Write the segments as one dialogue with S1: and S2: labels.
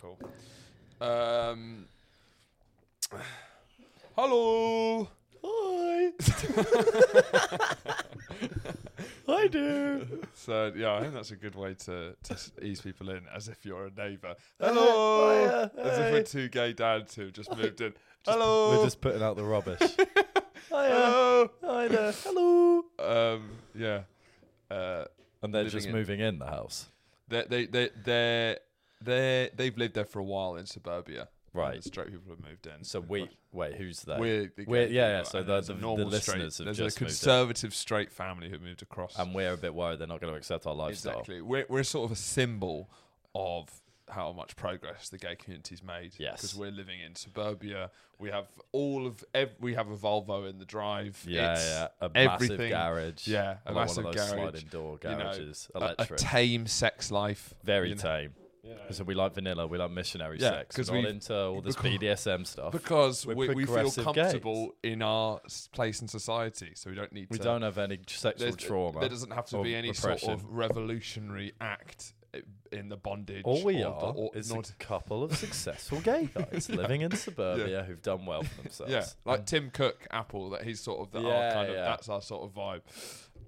S1: Cool. Ähm. Hallo!
S2: Hi. Hi, dude.
S1: So yeah, I think that's a good way to, to s- ease people in, as if you're a neighbour. Hello,
S2: hiya,
S1: as if we're
S2: hey.
S1: two gay dads who just moved in.
S2: We're
S1: Hello,
S2: just putting out the rubbish.
S1: uh,
S2: Hiya.
S1: hello.
S2: Hi there. Hello.
S1: Um, yeah, uh,
S2: And they're
S1: Moving
S2: just
S1: in.
S2: moving in the house.
S1: they they they they they they've lived there for a while in suburbia. and
S2: Right.
S1: the straight people have moved in.
S2: So we wait, who's there?
S1: We're, the
S2: we're-
S1: gay
S2: yeah,
S1: people,
S2: yeah, so
S1: and
S2: the-
S1: there's a
S2: the- the
S1: normal straight-
S2: listeners have
S1: there's
S2: just
S1: a
S2: moved in.
S1: conservative straight family who moved across.
S2: and we're a bit worried they're not going to accept our lifestyle.
S1: Exactly. We're, we're sort of a symbol of how much progress the gay community's made.
S2: Yes.
S1: Because we're living in suburbia. We have all of ev- we have a Volvo in the drive.
S2: Yeah,
S1: It's,
S2: yeah. A massive
S1: everything-
S2: garage.
S1: yeah, a
S2: like
S1: massive
S2: one of those
S1: garage,
S2: sliding door
S1: you know,
S2: garages.
S1: a- A,
S2: electric.
S1: tame sex life.
S2: Very
S1: you know.
S2: tame. So we like vanilla, we like missionary
S1: Yeah,
S2: sex.
S1: 'cause
S2: We're not
S1: we've-
S2: into all this
S1: because-
S2: BDSM stuff.
S1: Because
S2: We're
S1: we, we feel
S2: progressive gays.
S1: comfortable in our s- place in society, so we don't need
S2: we
S1: to.
S2: don't have any sexual
S1: there's-
S2: trauma.
S1: There doesn't have to
S2: or
S1: be any sort
S2: repression.
S1: of revolutionary act i- in the bondage.
S2: All Oh, we
S1: or
S2: are
S1: the- or
S2: is
S1: not-
S2: a couple of successful gay guys living in suburbia who've done well for themselves.
S1: Yeah, like Tim Cook, Apple. That he's sort of the our
S2: Yeah,
S1: kind of
S2: yeah.
S1: that's our sort of vibe.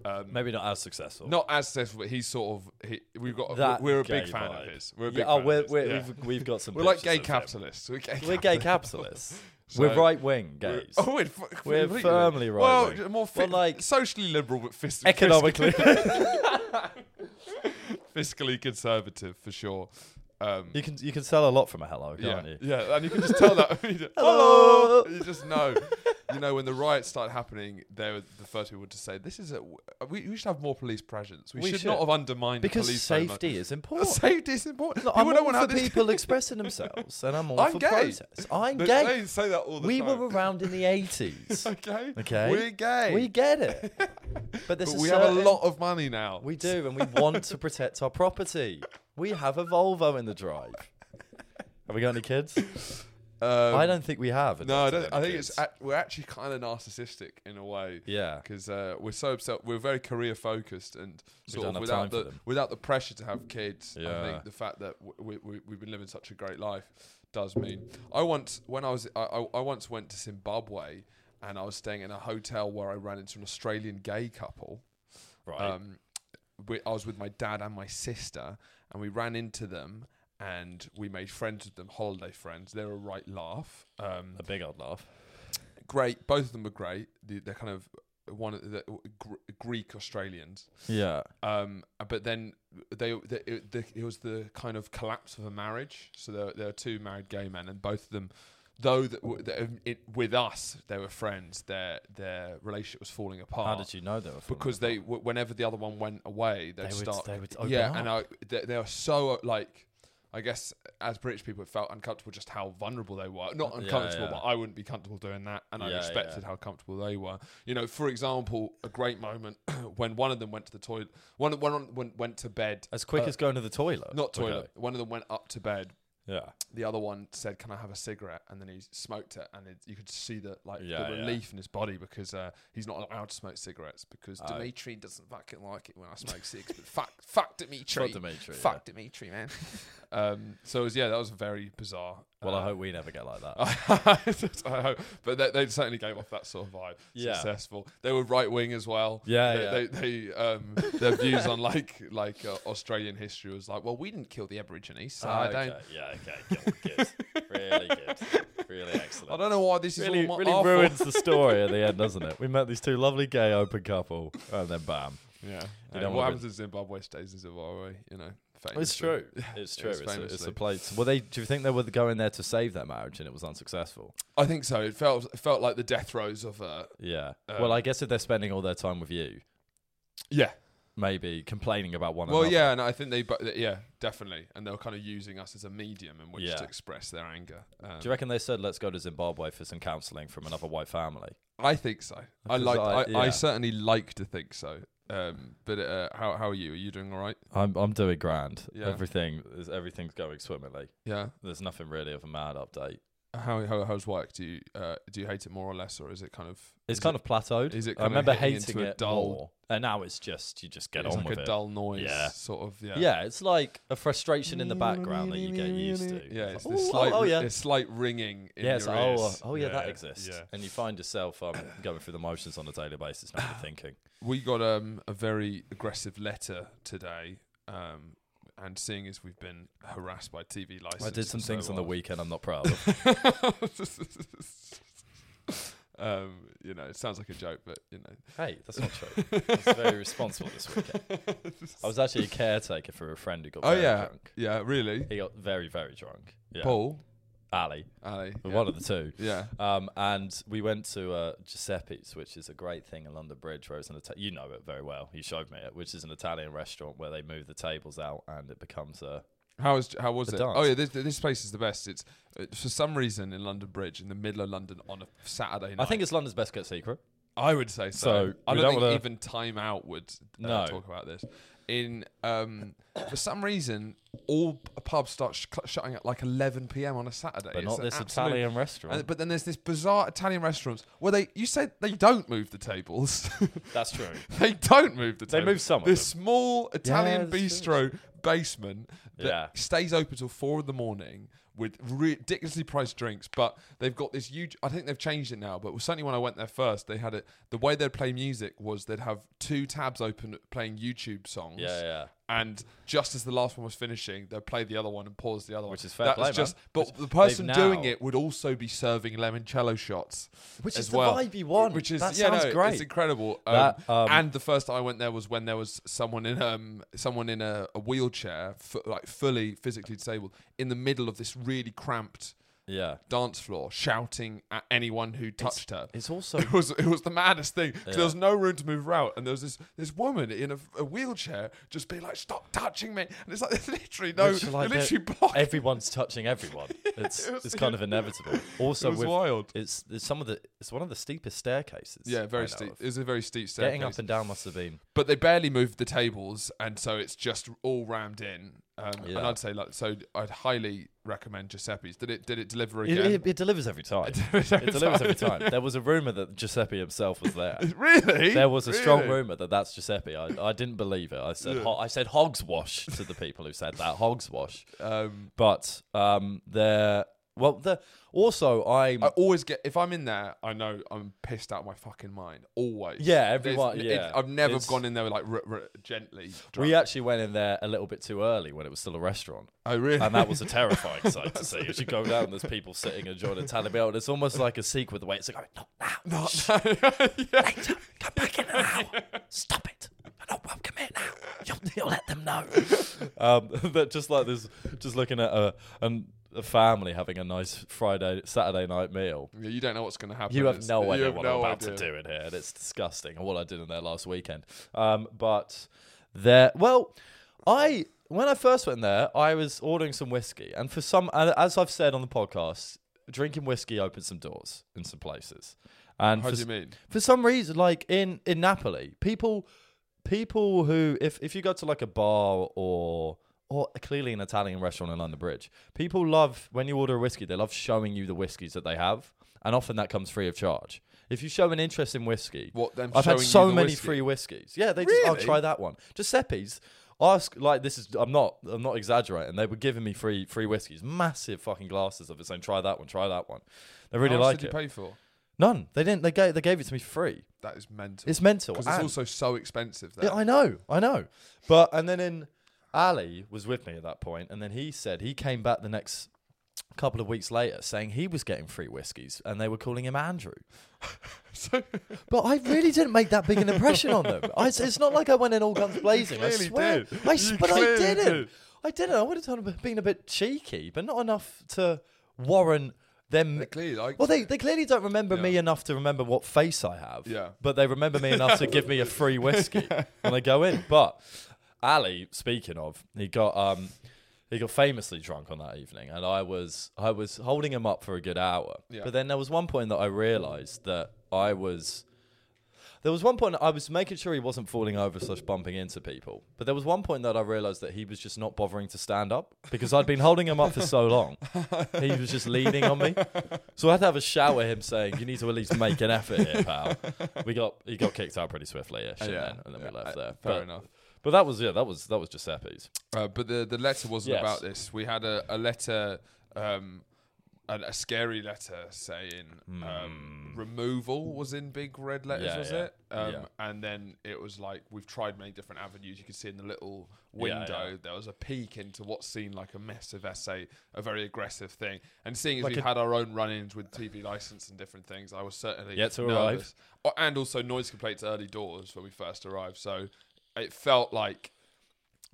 S1: Um,
S2: Maybe not as successful.
S1: not as successful, but he's sort of he, we've got
S2: That
S1: we're a big
S2: gay
S1: fan of
S2: vibe.
S1: his. We're a big
S2: yeah,
S1: fan
S2: oh,
S1: of
S2: we're,
S1: his,
S2: we're,
S1: yeah.
S2: We've, we've got some.
S1: We're like
S2: pictures
S1: gay
S2: of him.
S1: capitalists. We're gay,
S2: We're gay
S1: capitalists.
S2: capitalists.
S1: So-
S2: we're right wing gays.
S1: Oh, we're, fu-
S2: We're
S1: completely
S2: firmly right
S1: Well,
S2: wing.
S1: more fi-
S2: Well,
S1: like
S2: like-
S1: socially liberal, but fiscally
S2: Economically,
S1: fiscally conservative for sure. Um,
S2: you can you can sell a lot from a hello,
S1: yeah,
S2: can't you?
S1: yeah, and you can just tell that. Hello.
S2: Hello.
S1: You just know. You know, when the riots started happening, they were the first people to say, "This is a we, we should have more police presence. We,
S2: We
S1: should,
S2: should.
S1: not have undermined the
S2: Because
S1: police so much."
S2: safety is
S1: Uh,
S2: important.
S1: Safety is important.
S2: Look,
S1: people
S2: I'm all
S1: don't want to
S2: for
S1: have this.
S2: people expressing themselves, and I'm all
S1: I'm
S2: for
S1: gay.
S2: protest. I'm
S1: They-
S2: gay.
S1: They say that all the
S2: we
S1: time.
S2: were around in the 80s.
S1: okay.
S2: Okay.
S1: We're gay.
S2: We get it. But this
S1: but
S2: is
S1: we have a
S2: certain-
S1: lot of money now.
S2: We do, and we want to protect our property. We have a Volvo in the drive. Have we got any kids?
S1: Um,
S2: I don't think we have.
S1: No, I don't.
S2: adopted
S1: I
S2: any
S1: think
S2: kids.
S1: it's act- we're actually kind of narcissistic in a way.
S2: Yeah.
S1: because uh, we're so obsessed. We're very career focused, and sort
S2: don't
S1: of
S2: have
S1: without
S2: time for
S1: the
S2: them.
S1: without the pressure to have kids. I
S2: Yeah.
S1: think the fact that w- we, we, we've been living such a great life does mean. I once when I was I, I, I once went to Zimbabwe, and I was staying in a hotel where I ran into an Australian gay couple.
S2: right.
S1: Um, we, I was with my dad and my sister, and we ran into them. And we made friends with them, holiday friends. They're a right laugh. Um,
S2: a big old laugh.
S1: great. Both of them were great. The, they're kind of one of the Gr- Greek Australians.
S2: Yeah.
S1: Um, but then they, they it, the, it was the kind of collapse of a marriage. So there, there are two married gay men, and both of them, though that, w- that um, it, with us they were friends, their their relationship was falling apart.
S2: How did you know they were? from-
S1: because they, w- whenever the other one went away, they'd
S2: They would-
S1: start.
S2: they would open
S1: yeah,
S2: up.
S1: and I, they, they are so like, I guess as British people, it felt uncomfortable just how vulnerable they were. Not uncomfortable, but
S2: yeah.
S1: I wouldn't be comfortable doing that, and I
S2: Yeah,
S1: respected
S2: yeah.
S1: how comfortable they were. You know, for example, a great moment when one of them went to the toilet, one one went, went to bed,
S2: as quick
S1: uh,
S2: as going to the toilet.
S1: not
S2: Okay.
S1: toilet. One of them went up to bed.
S2: Yeah.
S1: The other one said, "Can I have a cigarette?" And then he smoked it, and it, you could see the like
S2: Yeah,
S1: the
S2: yeah.
S1: relief in his body because uh, he's not allowed to smoke cigarettes because
S2: Oh.
S1: Dimitri doesn't fucking like it when I smoke cigs. But fuck, fuck Dimitri,
S2: Fuck Dimitri. yeah.
S1: fuck Dimitri, man. um, so it was, yeah, that was very bizarre.
S2: Well, I
S1: Uh,
S2: hope we never get like that.
S1: I hope, but they, they certainly gave off that sort of vibe.
S2: Yeah.
S1: Successful. They were right wing as well.
S2: Yeah,
S1: They,
S2: yeah.
S1: They, they, um, their views on like like uh, Australian history was like, well, we didn't kill the Aborigines, so I don't.
S2: Ah, Okay. Yeah. Okay. Good. good. really good. Really excellent.
S1: I don't know why this is
S2: really,
S1: all my,
S2: really
S1: our fault.
S2: ruins the story at the end, doesn't it? We met these two lovely gay open couple, and then bam.
S1: Yeah.
S2: don't
S1: And what
S2: wanna
S1: happens in Zimbabwe stays in Zimbabwe, you know.
S2: It's
S1: famously.
S2: true. It's true.
S1: it's
S2: It's, a, it's
S1: famously.
S2: a place. Well, they do you think they were going there to save their marriage and it was unsuccessful?
S1: I think so. It felt it felt like the death throes of uh
S2: Yeah. well, I guess if they're spending all their time with you,
S1: Yeah.
S2: maybe complaining about one
S1: Well,
S2: another.
S1: yeah, and I think they, but yeah, definitely, and they were kind of using us as a medium in which
S2: Yeah.
S1: to express their anger. Um,
S2: Do you reckon they said let's go to Zimbabwe for some counselling from another white family?
S1: I think so. I
S2: Because
S1: like. I,
S2: I-
S1: I
S2: yeah.
S1: certainly like to think so. Um, but uh, how how are you? Are you doing all right?
S2: I'm I'm doing grand.
S1: Yeah.
S2: Everything is everything's going swimmingly.
S1: Yeah.
S2: There's nothing really of a mad update.
S1: How, how how's work? Do you uh, do you hate it more or less, or is it kind of?
S2: It's
S1: is
S2: kind of plateaued.
S1: is it
S2: I
S1: kinda
S2: remember
S1: hitting
S2: hating
S1: into a
S2: it
S1: dull-
S2: more, and now it's just you just get
S1: it's
S2: on
S1: like
S2: with
S1: a
S2: it.
S1: dull noise,
S2: Yeah.
S1: sort of. Yeah.
S2: yeah. it's like a frustration in the background that you get used to.
S1: Yeah, it's
S2: It's
S1: this
S2: like,
S1: slight,
S2: "Ooh, oh, oh,
S1: ri-
S2: yeah,
S1: this slight ringing. In
S2: yeah, it's
S1: your
S2: like, oh,
S1: ears.
S2: uh, oh yeah, that exists, and you find yourself um, going through the motions on a daily basis, not even thinking.
S1: We got um, a very aggressive letter today, um, and seeing as we've been harassed by TV license,
S2: I did some
S1: for
S2: things
S1: so
S2: on the
S1: long.
S2: weekend I'm not proud of.
S1: um, you know, it sounds like a joke, but you know,
S2: hey, that's not true. It's very responsible this weekend. I was actually a caretaker for a friend who got
S1: Oh,
S2: very
S1: yeah.
S2: drunk.
S1: yeah, really,
S2: He got very, very drunk. Yeah.
S1: Paul,
S2: Ali,
S1: Ali, yeah.
S2: one of the two.
S1: yeah,
S2: Um, and we went to uh, Giuseppe's, which is a great thing in London Bridge, where it's an Ita- you know it very well. You showed me it, which is an Italian restaurant where they move the tables out and it becomes a
S1: How was how was
S2: The
S1: it?
S2: dance.
S1: Oh yeah, this, this place is the best. It's uh, for some reason in London Bridge, in the middle of London, on a Saturday night.
S2: I think it's London's best kept secret.
S1: I would say so.
S2: So,
S1: I don't,
S2: we don't
S1: think
S2: wanna-
S1: even Time Out would uh,
S2: No.
S1: talk about this. In um, for some reason, all p- pubs start sh- cl- shutting at like 11 p.m. on a Saturday.
S2: But
S1: It's
S2: not
S1: an
S2: this
S1: absolute-
S2: Italian restaurant.
S1: and- but then there's this bizarre Italian restaurants where they you said they don't move the tables.
S2: That's true.
S1: they don't move the
S2: They
S1: tables.
S2: move some of
S1: This
S2: them.
S1: small Italian
S2: that's true.
S1: bistro basement that
S2: Yeah.
S1: stays open till four in the morning with ridiculously priced drinks, but they've got this huge. I think they've changed it now, but certainly when I went there first, they had it. The way they'd play music was they'd have two tabs open playing YouTube songs,
S2: Yeah, yeah.
S1: and just as the last one was finishing, they'd play the other one and pause the other one.
S2: Which is fair
S1: That
S2: play,
S1: was just,
S2: man.
S1: but
S2: Which
S1: the person
S2: they've
S1: doing
S2: now-
S1: it would also be serving limoncello shots,
S2: Which
S1: as
S2: is the
S1: well,
S2: vibe you want.
S1: Which is
S2: That
S1: yeah,
S2: sounds
S1: no,
S2: great.
S1: It's incredible. Um,
S2: That, um,
S1: and the first time I went there was when there was someone in um someone in a, a wheelchair, fu- like fully physically disabled, in the middle of this really cramped
S2: Yeah.
S1: dance floor, shouting at anyone who touched her.
S2: It's also
S1: It was it was the maddest thing. 'cause
S2: Yeah.
S1: There was no room to move around, and there was this this woman in a, a wheelchair just being like, "Stop touching me!" And it's like there's literally no,
S2: Which,
S1: you're
S2: like,
S1: literally
S2: they're-
S1: blocked.
S2: everyone's touching everyone. It's
S1: it was-
S2: it's kind of inevitable. Also,
S1: it was
S2: with,
S1: wild.
S2: it's, it's some of the it's one of the steepest staircases.
S1: Yeah,
S2: I
S1: very
S2: know
S1: steep.
S2: of.
S1: It was a very steep staircase.
S2: Getting up and down must have been
S1: but they barely moved the tables, and so it's just all rammed in. Um, And
S2: Yeah.
S1: I'd say like so. I'd highly recommend Giuseppe's. Did it? Did it deliver
S2: It,
S1: again?
S2: it, it delivers every time. it delivers every, time. There was a rumor that Giuseppe himself was there.
S1: really?
S2: There was a strong
S1: Really?
S2: rumor that that's Giuseppe. I, I didn't believe it. I said ho- I said hogs wash to the people who said that hogs wash.
S1: Um,
S2: But um, there. Well, there. Also, I'm.
S1: I always get if I'm in there, I know I'm pissed out of my fucking mind. Always.
S2: Yeah,
S1: There's-
S2: everyone-
S1: it-
S2: yeah.
S1: I've never
S2: It's-
S1: gone in there like r- r- gently.
S2: we
S1: drunk.
S2: actually went in there a little bit too early when it was still a restaurant.
S1: Oh really?
S2: And that was a terrifying sight to see. As you go down, there's people sitting enjoying a tally meal, and it's almost like a sequel. The way it's like, "Oh, not now,
S1: Not- Yeah.
S2: Peter, come back in an hour. Stop it. I don't welcome it now. You'll, you'll let them know. Um, but just like this, just looking at a, an, a family having a nice Friday, Saturday night meal.
S1: Yeah, You don't know what's going to happen.
S2: You have
S1: It's-
S2: no idea
S1: have
S2: what
S1: no
S2: I'm about
S1: idea.
S2: to do in here, and it's disgusting. And what I did in there last weekend. Um, but there, well, I when I first went there, I was ordering some whiskey, and for some, and as I've said on the podcast, drinking whiskey opens some doors in some places. And
S1: How
S2: for
S1: do you
S2: s-
S1: mean?
S2: for some reason, like in in Napoli, people people who if if you go to like a bar or or clearly an Italian restaurant in London Bridge, people love when you order a whiskey, they love showing you the whiskies that they have, and often that comes free of charge. If you show an interest in whiskey,
S1: What, them
S2: I've
S1: showing
S2: had
S1: you
S2: so
S1: the
S2: many
S1: whiskey?
S2: free whiskies. Yeah, they just I'll
S1: Really?
S2: try that one. Giuseppe's ask like this is I'm not I'm not exaggerating. They were giving me free free whiskies, massive fucking glasses of it, saying try that one, try that one. They really
S1: How much
S2: like
S1: did
S2: it.
S1: you pay for?
S2: None. They didn't. They gave they gave it to me free.
S1: That is mental.
S2: It's mental.
S1: Because it's
S2: And-
S1: also so expensive. There.
S2: Yeah, I know, I know. But and then in Ali was with me at that point, and then he said he came back the next couple of weeks later saying he was getting free whiskies and they were calling him Andrew.
S1: so
S2: But I really didn't make that big an impression on them. I, it's not like I went in all guns blazing. I
S1: clearly
S2: swear.
S1: did.
S2: I s-
S1: You
S2: but I
S1: clearly
S2: didn't.
S1: did.
S2: I didn't. I would have done a bit- been a bit cheeky, but not enough to warrant them
S1: they clearly like.
S2: well, they, they clearly don't remember me
S1: Yeah.
S2: enough to remember what face I have.
S1: Yeah.
S2: But they remember me enough to give me a free whiskey when I go in. But Ali, speaking of, he got um he got famously drunk on that evening, and I was I was holding him up for a good hour.
S1: Yeah.
S2: But then there was one point that I realised that I was There was one point I was making sure he wasn't falling over slash bumping into people, but there was one point that I realized that he was just not bothering to stand up because I'd been holding him up for so long. He was just leaning on me, so I had to have a shout at him saying, "You need to at least make an effort here, pal." We got he got kicked out pretty swiftly, yeah, shit, man, and then we left
S1: uh,
S2: there.
S1: Fair
S2: but,
S1: enough.
S2: But that was yeah, that was that was Giuseppe's.
S1: Uh, but the the letter wasn't
S2: Yes.
S1: about this. We had a, a letter, um, a, a scary letter saying
S2: Hmm.
S1: um, removal was in big red letters,
S2: Mm. Yeah,
S1: was
S2: yeah.
S1: it? Um,
S2: Yeah.
S1: And then it was like we've tried many different avenues. You could see in the little
S2: Yeah,
S1: window
S2: yeah.
S1: there was a peek into what seemed like a massive essay, a very aggressive thing. And seeing as
S2: Like
S1: we've
S2: a-
S1: had our own run-ins with TV license and different things, I was certainly
S2: Yet to
S1: nervous.
S2: arrive.
S1: Oh, and also noise complaints early doors when we first arrived. So it felt like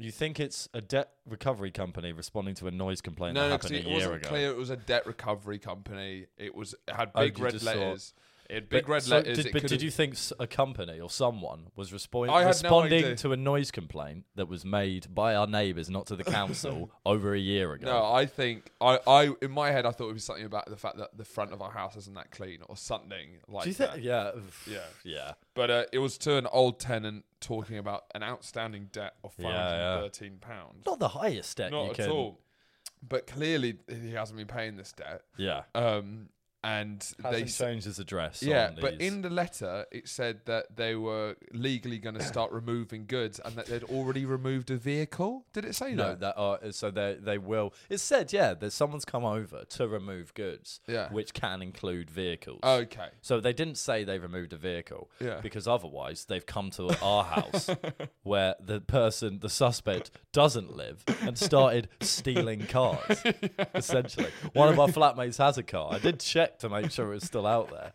S2: You think it's a debt recovery company responding to a noise complaint
S1: No,
S2: that
S1: no, 'cause
S2: happened a
S1: it
S2: year
S1: wasn't
S2: ago?
S1: clear. It was a debt recovery company. It was it had
S2: Oh,
S1: big
S2: you
S1: red
S2: just saw-
S1: letters. It had
S2: But
S1: big red
S2: so
S1: letters.
S2: Did,
S1: it
S2: but
S1: could
S2: did
S1: have-
S2: you think s- a company or someone was respoi-
S1: I had no
S2: responding
S1: idea.
S2: to a noise complaint that was made by our neighbours, not to the council, over a year ago?
S1: No, I think I, I in my head I thought it was something about the fact that the front of our house isn't that clean or something like
S2: Do you think?
S1: that.
S2: Yeah.
S1: Yeah.
S2: Yeah.
S1: But uh, it was to an old tenant talking about an outstanding debt of
S2: Yeah,
S1: five
S2: yeah.
S1: hundred thirteen pounds.
S2: Not the highest debt
S1: Not
S2: you
S1: at
S2: can.
S1: all. But clearly he hasn't been paying this debt.
S2: Yeah.
S1: Um, and
S2: Hasn't
S1: they s-
S2: changed his address.
S1: Yeah,
S2: on
S1: but
S2: these.
S1: in the letter it said that they were legally going to start removing goods and that they'd already removed a vehicle. Did it say
S2: No,
S1: that?
S2: that are, so they they will. It said, yeah, that someone's come over to remove goods,
S1: Yeah.
S2: which can include vehicles.
S1: Okay.
S2: So they didn't say they removed a vehicle,
S1: Yeah.
S2: because otherwise they've come to our house where the person, the suspect, doesn't live and started stealing cars. Essentially, one of our flatmates has a car. I did check to make sure it was still out there.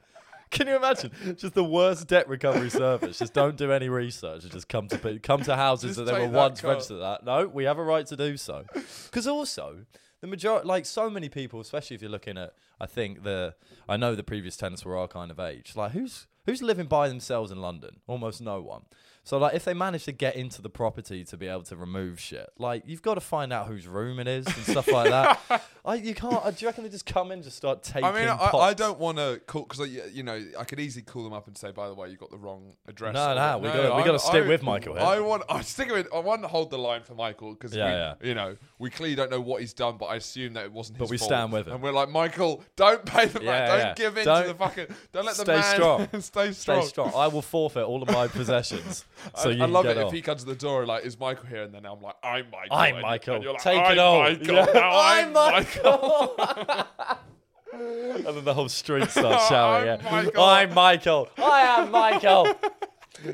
S2: Can you imagine? Just the worst debt recovery service. Just don't do any research. and Just come to pe- come to houses
S1: Just
S2: that they were
S1: take that
S2: once
S1: car.
S2: registered at. No, we have a right to do so. Because also the majority, like so many people, especially if you're looking at, I think the, I know the previous tenants were our kind of age. Like who's who's living by themselves in London? Almost no one. So like if they manage to get into the property to be able to remove shit, like you've got to find out whose room it is and stuff like that. I you can't. I, do you reckon they just come in and just start taking?
S1: I mean, I,
S2: pots?
S1: I don't want to call because you know I could easily call them up and say, by the way, you got the wrong address.
S2: No,
S1: Or-
S2: no, we gotta- we
S1: I-
S2: gotta stick
S1: I-
S2: with Michael here.
S1: I want, I stick with, I want to hold the line for Michael because
S2: Yeah,
S1: you know we clearly don't know what he's done, but I assume that it wasn't.
S2: But
S1: his
S2: we
S1: fault.
S2: stand with him.
S1: and we're like, Michael, don't pay the
S2: Yeah,
S1: man, don't
S2: yeah.
S1: give in
S2: Don't-
S1: to the fucking, don't let the
S2: Stay
S1: man
S2: strong.
S1: stay
S2: Stay
S1: strong,
S2: strong. I will forfeit all of my possessions. So
S1: I,
S2: you
S1: I
S2: can
S1: love
S2: get
S1: it
S2: off.
S1: if he comes to the door like, "Is Michael here?" And then I'm like, "I'm Michael."
S2: I'm
S1: And-
S2: Michael.
S1: and you're like,
S2: Take
S1: "I'm
S2: it all.
S1: Michael.
S2: Yeah.
S1: Now I'm,
S2: I'm
S1: Michael.
S2: and then the whole street starts shouting.
S1: I'm
S2: yeah.
S1: Michael.
S2: I'm Michael. I am Michael.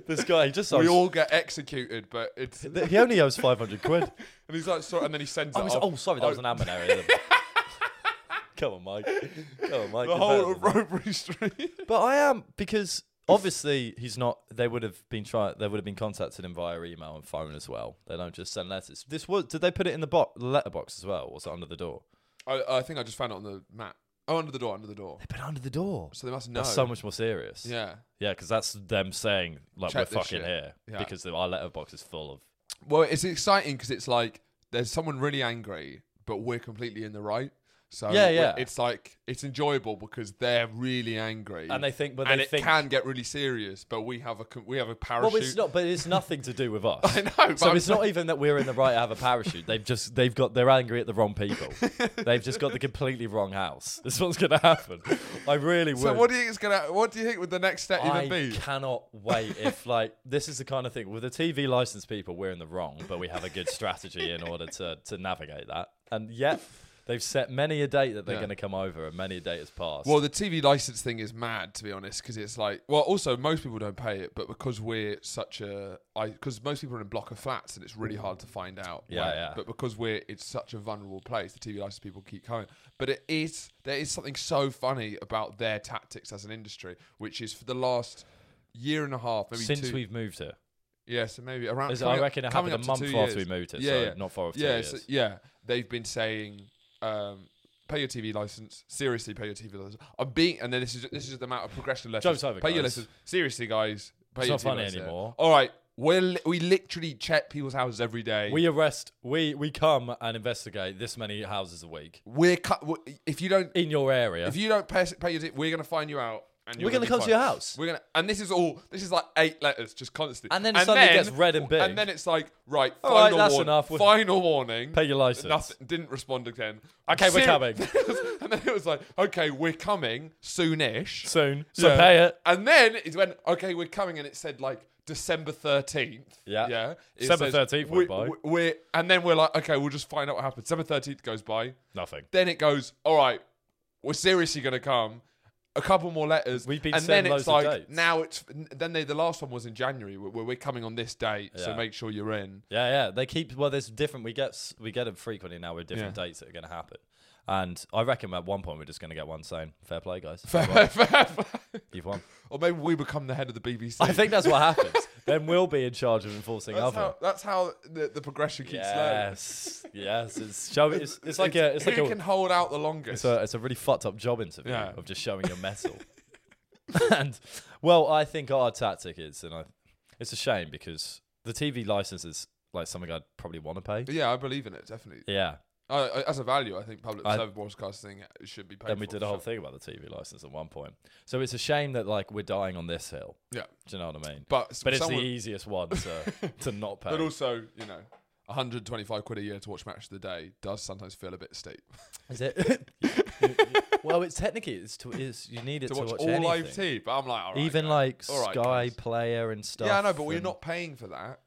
S2: this guy he just
S1: We
S2: owes,
S1: all get executed, but it's and
S2: he only owes five hundred quid.
S1: he's like, sorry, and then he sends it
S2: Oh, he's-
S1: off.
S2: oh, sorry, that was an amateur. Come on, Mike. Come on, Mike.
S1: the
S2: you're
S1: whole
S2: better
S1: of
S2: than that.
S1: Robury Street.
S2: But I am because obviously he's not. They would have been trying. They would have been contacted him via email and phone as well. They don't just send letters. This was. Did they put it in the bo- the letterbox as well? or Was it under the door?
S1: I, I think I just found it on the map. Oh, under the door, under the door.
S2: They put it under the door.
S1: So they must know.
S2: That's so much more serious.
S1: yeah.
S2: Yeah, because that's them saying like
S1: Check
S2: we're
S1: this
S2: fucking
S1: shit.
S2: here
S1: Yeah.
S2: because the, our letterbox is full of.
S1: Well, it's exciting because it's like there's someone really angry, but we're completely in the right. So
S2: Yeah,
S1: we-
S2: yeah.
S1: It's like it's enjoyable because they're really angry,
S2: And they think- but
S1: and
S2: they
S1: it
S2: think-
S1: can get really serious. But we have a co- we have a parachute.
S2: Well, it's not, but it's nothing to do with us.
S1: I know, but
S2: so
S1: I'm
S2: it's not even that we're in the right to have a parachute. They've just they've got they're angry at the wrong people. they've just got the completely wrong house. This one's gonna happen. I really
S1: So
S2: would.
S1: what do you think is gonna? What do you think would the next step even
S2: I
S1: be?
S2: cannot wait if like this is the kind of thing with the TV license people we're in the wrong, but we have a good strategy in order to to navigate that. And yet they've set many a date that they're
S1: Yeah.
S2: going to come over, and many a date has passed.
S1: Well, the TV license thing is mad to be honest, because it's like, well, also most people don't pay it, but because we're such a, I because most people are in a block of flats and it's really hard to find out.
S2: Mm. Yeah, yeah.
S1: But because we're it's such a vulnerable place, the TV license people keep coming. But it is there is something so funny about their tactics as an industry, which is for the last year and a half, maybe
S2: since
S1: two,
S2: we've moved here.
S1: yeah, so maybe around.
S2: Is it-
S1: coming
S2: I
S1: up-
S2: reckon it
S1: coming
S2: happened a
S1: up to
S2: month
S1: two
S2: after
S1: years.
S2: we moved it,
S1: Yeah,
S2: so
S1: yeah.
S2: not far off two
S1: yeah,
S2: years.
S1: so- yeah, they've been saying, um, pay your TV license. Seriously, pay your TV license. I'm being, and then this is this is the amount of progression left.
S2: Joke's over,
S1: Pay your
S2: guys.
S1: license. Seriously, guys, pay
S2: It's
S1: your
S2: not
S1: TV
S2: funny
S1: license.
S2: anymore.
S1: All right, we're li- we literally check people's houses every day.
S2: We arrest, we we come and investigate this many houses a week
S1: we're cut. we- If you don't,
S2: in your area.
S1: if you don't pay, pay your, t- we're gonna find you out. and
S2: We're
S1: you're
S2: gonna
S1: be
S2: come to
S1: fine.
S2: your house.
S1: We're gonna, and this is all. This is like eight letters, just constantly.
S2: And then suddenly it gets red and
S1: w-
S2: big.
S1: And then it's like, right,
S2: All
S1: final
S2: right, that's
S1: warning.
S2: enough. We'll-
S1: Final warning.
S2: Pay your license.
S1: Nothing. Didn't respond again.
S2: Okay, we're
S1: Ser-
S2: coming.
S1: and then it was like, okay, we're coming soonish.
S2: soon. So
S1: Yeah.
S2: pay it.
S1: And then it went, okay, we're coming, and it said like December 13th.
S2: Yeah.
S1: Yeah. It
S2: December
S1: says,
S2: 13th
S1: we,
S2: went by.
S1: we- We're, and then we're like, okay, we'll just find out what happens. December 13th goes by.
S2: Nothing.
S1: Then it goes, all right, we're seriously going to come. A couple more letters.
S2: We've been
S1: and
S2: sent
S1: then it's
S2: loads of
S1: like,
S2: dates.
S1: now it's, then they, the last one was in January. We're, we're coming on this date, so
S2: Yeah.
S1: make sure you're in.
S2: Yeah, yeah. They keep well. There's different. We get s- we get them frequently now with different
S1: Yeah.
S2: dates that are going to happen. And I reckon at one point we're just going to get one saying, "Fair play, guys. You've won. You've won."
S1: or maybe we become the head of the BBC.
S2: I think that's what happens. then we'll be in charge of enforcing
S1: that's
S2: other.
S1: how, that's how the, the progression keeps going.
S2: Yes, yes. It's show. It's, it's like a. It's like
S1: who
S2: a.
S1: can hold out the longest.
S2: It's a, it's a really fucked up job interview
S1: Yeah.
S2: of just showing your metal. and well, I think our tactic is, and I, it's a shame because the TV license is like something I'd probably want to pay.
S1: yeah, I believe in it definitely.
S2: Yeah.
S1: I, I, as a value, I think public
S2: I-
S1: service broadcasting should be paid.
S2: Then we
S1: for,
S2: did
S1: for
S2: a whole
S1: sure.
S2: thing about the TV license at one point. So it's a shame that like we're dying on this hill.
S1: Yeah,
S2: Do you know what I mean?
S1: but s-
S2: But it's
S1: someone,
S2: the E easiest one to to not pay.
S1: but also you know, 125 quid a year to watch match of the day does sometimes feel a bit steep.
S2: Is it? well, it's technically it's to is you need it
S1: to
S2: to,
S1: watch,
S2: watch,
S1: all
S2: anything.
S1: live TV, but I'm like, all right,
S2: even
S1: guys.
S2: like
S1: All right,
S2: Sky
S1: guys.
S2: Player and stuff.
S1: yeah, I know, but we're
S2: and-
S1: not paying for that.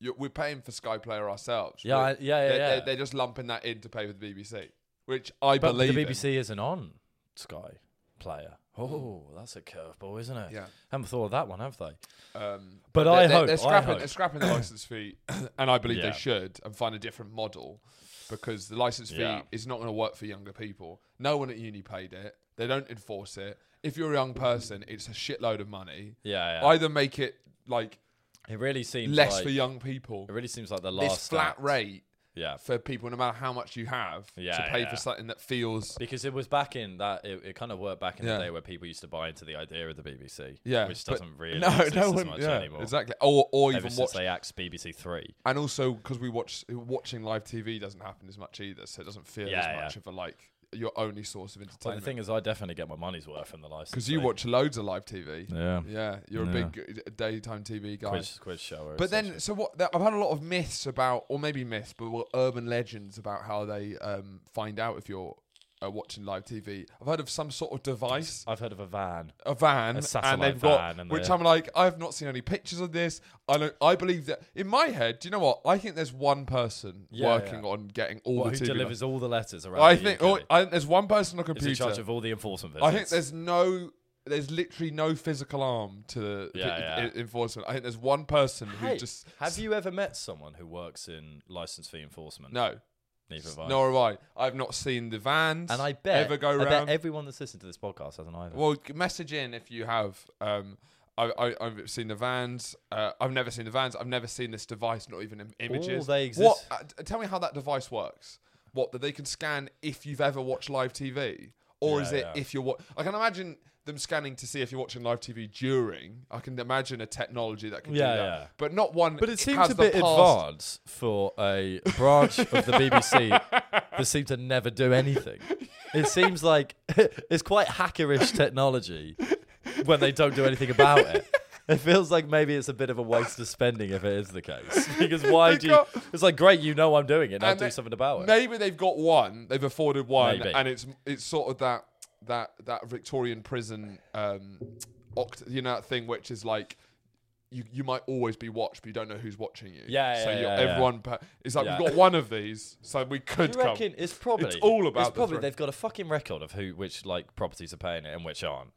S1: You're, we're paying for Sky Player ourselves.
S2: Yeah,
S1: We're-
S2: I, yeah, yeah,
S1: they're,
S2: yeah.
S1: They're, they're just lumping that in to pay for the BBC, which I
S2: but
S1: believe.
S2: the
S1: in.
S2: BBC isn't on Sky Player. Oh, that's a curveball, isn't it?
S1: Yeah.
S2: Haven't thought of that one, have they?
S1: Um,
S2: But
S1: they're,
S2: I
S1: they're-
S2: hope-
S1: they're
S2: I
S1: scrapping,
S2: hope.
S1: they're scrapping the license fee, and I believe
S2: Yeah.
S1: they should, and find a different model because the license fee
S2: Yeah.
S1: is not going to work for younger people. No one at uni paid it. They don't enforce it. If you're a young person, it's a shitload of money.
S2: Yeah, yeah.
S1: Either make it like
S2: it really seems
S1: less
S2: like,
S1: for young people,
S2: It really seems like the last
S1: this flat
S2: act.
S1: rate
S2: Yeah.
S1: for people, no matter how much you have,
S2: Yeah,
S1: to pay
S2: yeah.
S1: for something that feels
S2: Because it was back in that it, it kind of worked back in
S1: Yeah.
S2: the day where people used to buy into the idea of the BBC,
S1: yeah,
S2: which
S1: but
S2: doesn't really
S1: no,
S2: exist
S1: no
S2: as
S1: one,
S2: much
S1: yeah,
S2: anymore.
S1: exactly, or or
S2: Ever
S1: even
S2: since
S1: watch
S2: they axed BBC Three,
S1: and also because we watch watching live TV doesn't happen as much either, so it doesn't feel
S2: Yeah,
S1: as much
S2: yeah.
S1: of a like your only source of
S2: But the
S1: entertainment.
S2: thing is, I definitely get my money's worth from the license.
S1: Because you
S2: fee.
S1: watch loads of live TV.
S2: yeah,
S1: Yeah, you're
S2: Yeah.
S1: a big uh, daytime TV guy.
S2: quiz quiz show.
S1: But then, so what? That, I've had a lot of myths about, or maybe myths, but well, urban legends about how they um, find out if you're uh, watching live TV. I've heard of some sort of device,
S2: I've heard of a van.
S1: a van,
S2: satellite
S1: and they've
S2: van
S1: got,
S2: and
S1: which
S2: they-
S1: I'm like, I've not seen any pictures of this. I don't. I believe that in my head. Do you know what? I think there's one person
S2: Yeah,
S1: working
S2: yeah.
S1: on getting all
S2: What,
S1: the
S2: who
S1: TV.
S2: delivers all the letters around?
S1: I
S2: the
S1: think.
S2: UK,
S1: oh, I think there's one person on a
S2: is in charge
S1: computer.
S2: of all the enforcement. Visits.
S1: I think there's no. There's literally no physical harm to the
S2: Yeah,
S1: pe-
S2: yeah.
S1: en- enforcement. I think there's one person
S2: Hey,
S1: who just
S2: Have you ever met someone who works in license fee enforcement?
S1: no,
S2: neither have I.
S1: nor have I. I've not seen the vans.
S2: and I bet
S1: ever go
S2: I bet
S1: round.
S2: everyone that's listened to this podcast hasn't either.
S1: Well, g- message in if you have. Um, I, I, I've seen the vans. Uh, I've never seen the vans. I've never seen this device, not even in images.
S2: they
S1: What?
S2: exist-
S1: Uh, t- tell me how that device works. What that they can scan if you've ever watched live TV, or
S2: Yeah,
S1: is it
S2: yeah.
S1: if you're? Wa- I can imagine them scanning to see if you're watching live TV during. I can imagine a technology that can
S2: Yeah,
S1: do that,
S2: yeah.
S1: but not one.
S2: But it seems
S1: has
S2: a
S1: the
S2: bit
S1: past-
S2: advanced for a branch of the BBC that seemed to never do anything. It seems like it's quite hackerish technology when they don't do anything about it. It feels like maybe it's a bit of a waste of spending if it is the case. Because why
S1: They
S2: do
S1: got-
S2: you? It's like, great, you know I'm doing it. Now
S1: And
S2: do
S1: they-
S2: something about it.
S1: Maybe they've got one. They've afforded one,
S2: Maybe.
S1: and it's it's sort of that that that Victorian prison, um, oct- you know, that thing which is like. You, you might always be watched, but you don't know who's watching you.
S2: Yeah,
S1: So
S2: yeah,
S1: you're,
S2: yeah, yeah.
S1: everyone, pa- it's like
S2: Yeah.
S1: we've got one of these, so we could
S2: you reckon
S1: come.
S2: it's probably
S1: It's all about
S2: it's
S1: the
S2: probably
S1: threat.
S2: they've got a fucking record of who which like properties are paying it and which aren't,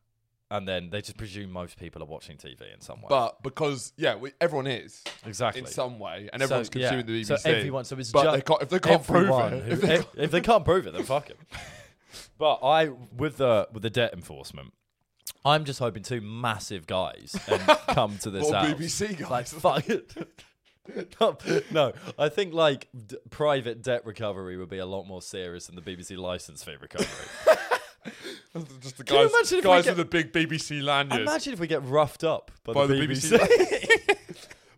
S2: and then they just presume most people are watching TV in some way.
S1: But because yeah, we, everyone is
S2: exactly
S1: in some way, and
S2: So,
S1: everyone's
S2: yeah.
S1: consuming the BBC.
S2: So everyone, so it's
S1: but
S2: ju-
S1: they can't, if they can't prove
S2: everyone
S1: it,
S2: who-
S1: if they
S2: if, if they can't prove it, then fuck it. But I, with the with the debt enforcement, I'm just hoping two massive guys um, come to this
S1: Or
S2: house.
S1: BBC guys.
S2: like fuck it. No, no, I think like d- private debt recovery would be a lot more serious than the BBC license fee recovery.
S1: just the
S2: you
S1: guys,
S2: imagine if we
S1: guys
S2: get-
S1: with the big BBC lanyards.
S2: Imagine if we get roughed up by,
S1: By
S2: the,
S1: the
S2: BBC.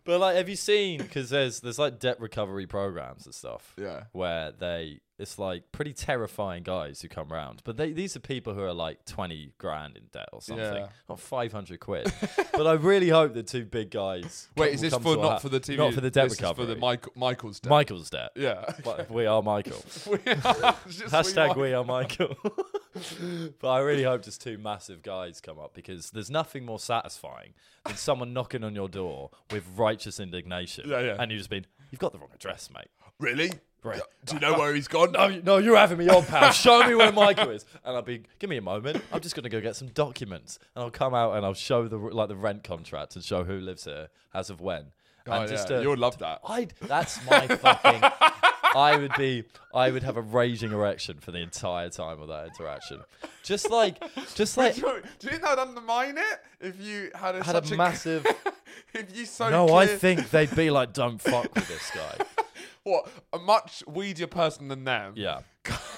S2: But like, have you seen? Because there's there's like debt recovery programs and stuff
S1: Yeah.
S2: where they it's like pretty terrifying guys who come round. But they these are people who are like twenty grand in debt or something,
S1: Yeah.
S2: not five hundred quid. but I really hope the two big guys. come-
S1: Wait, is
S2: will
S1: this
S2: come
S1: for
S2: to our
S1: not
S2: house.
S1: for the TV?
S2: Not for the debt
S1: this
S2: recovery.
S1: Is for the Michael, Michael's debt.
S2: Michael's debt.
S1: Yeah.
S2: But we are Michael.
S1: We are- just we
S2: Hashtag
S1: are-
S2: we are Michael. but I really hope just two massive guys come up because there's nothing more satisfying than someone knocking on your door with righteous indignation.
S1: Yeah, yeah.
S2: And you just been, you've got the wrong address, mate.
S1: Really?
S2: Right.
S1: Do you know where he's gone?
S2: No, you- no, you're having me on, pal. Show me where Michael is. And I'll be, give me a moment. I'm just gonna go get some documents, and I'll come out and I'll show the like the rent contract and show who lives here as of when.
S1: Oh,
S2: and
S1: yeah.
S2: uh,
S1: You'll love that.
S2: I that's my fucking. I would be. I would have a raging erection for the entire time of that interaction. Just like, just like.
S1: Do you think that'd undermine it if you had a,
S2: Had a
S1: such
S2: massive-
S1: if you so
S2: No, I
S1: clear-
S2: think they'd be like, "Don't fuck with this guy."
S1: what a much weedier person than them.
S2: Yeah.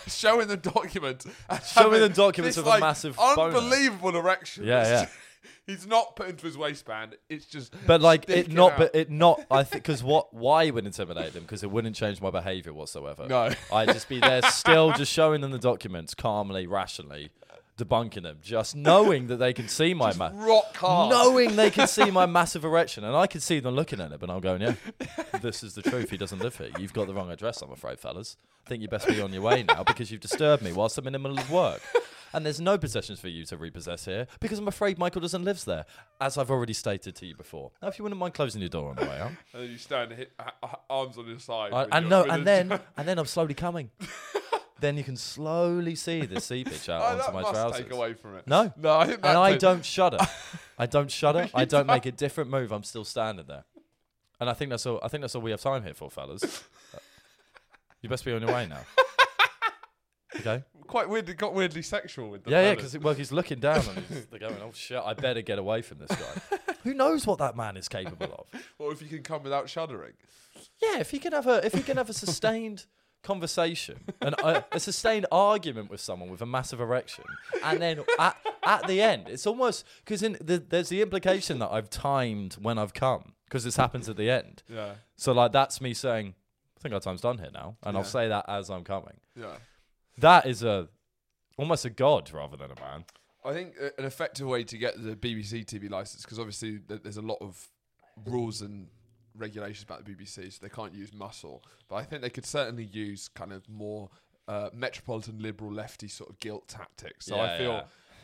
S1: showing the documents. and
S2: Showing the
S1: having
S2: documents
S1: this,
S2: of a
S1: like,
S2: massive boner.
S1: unbelievable erection.
S2: Yeah,
S1: It's
S2: yeah.
S1: just- he's not put into his waistband. It's just.
S2: But like it
S1: sticking
S2: not,
S1: out.
S2: but it not. I think because what? Why would intimidate them? Because it wouldn't change my behaviour whatsoever.
S1: No.
S2: I'd just be there, still just showing them the documents calmly, rationally, debunking them, just knowing that they can see my ma-
S1: rock hard.
S2: knowing they can see my massive erection, and I can see them looking at it, but I'm going, yeah, this is the truth. He doesn't live here. You've got the wrong address, I'm afraid, fellas. I think you best be on your way now because you've disturbed me whilst I'm in the middle of work. And there's no possessions for you to repossess here because I'm afraid Michael doesn't live there, as I've already stated to you before. Now, if you wouldn't mind closing your door on the way out,
S1: And then you stand, hit, ha- ha- arms on your side.
S2: I,
S1: with
S2: and
S1: your-
S2: no,
S1: with
S2: and
S1: your-
S2: then and then I'm slowly coming. then you can slowly see the seepage out
S1: Oh,
S2: onto
S1: that
S2: my
S1: must
S2: trousers.
S1: take away from it.
S2: No.
S1: no, I think that
S2: and I
S1: takes-
S2: don't shudder. I don't shudder. I don't make a different move. I'm still standing there. And I think that's all. I think that's all we have time here for, fellas. you best be on your way now. Okay.
S1: Quite weird. It got weirdly sexual with the
S2: Yeah, yeah.
S1: fellas.
S2: Because well, he's looking down and he's they're going, "Oh shit! I better get away from this guy." Who knows what that man is capable of?
S1: Or if you can come without shuddering.
S2: Yeah, if he can have a if he can have a sustained conversation and uh, a, a sustained argument with someone with a massive erection, and then at, at the end, it's almost because in the, there's the implication that I've timed when I've come because this happens at the end.
S1: Yeah,
S2: So like that's me saying, I think our time's done here now, and I'll
S1: Yeah.
S2: say that as I'm coming.
S1: yeah.
S2: That is a almost a god rather than a man.
S1: I think a- an effective way to get the BBC TV license, because obviously th- there's a lot of rules and regulations about the BBC, so they can't use muscle. But I think they could certainly use kind of more uh, metropolitan liberal lefty sort of guilt tactics. So
S2: Yeah,
S1: I feel,
S2: yeah.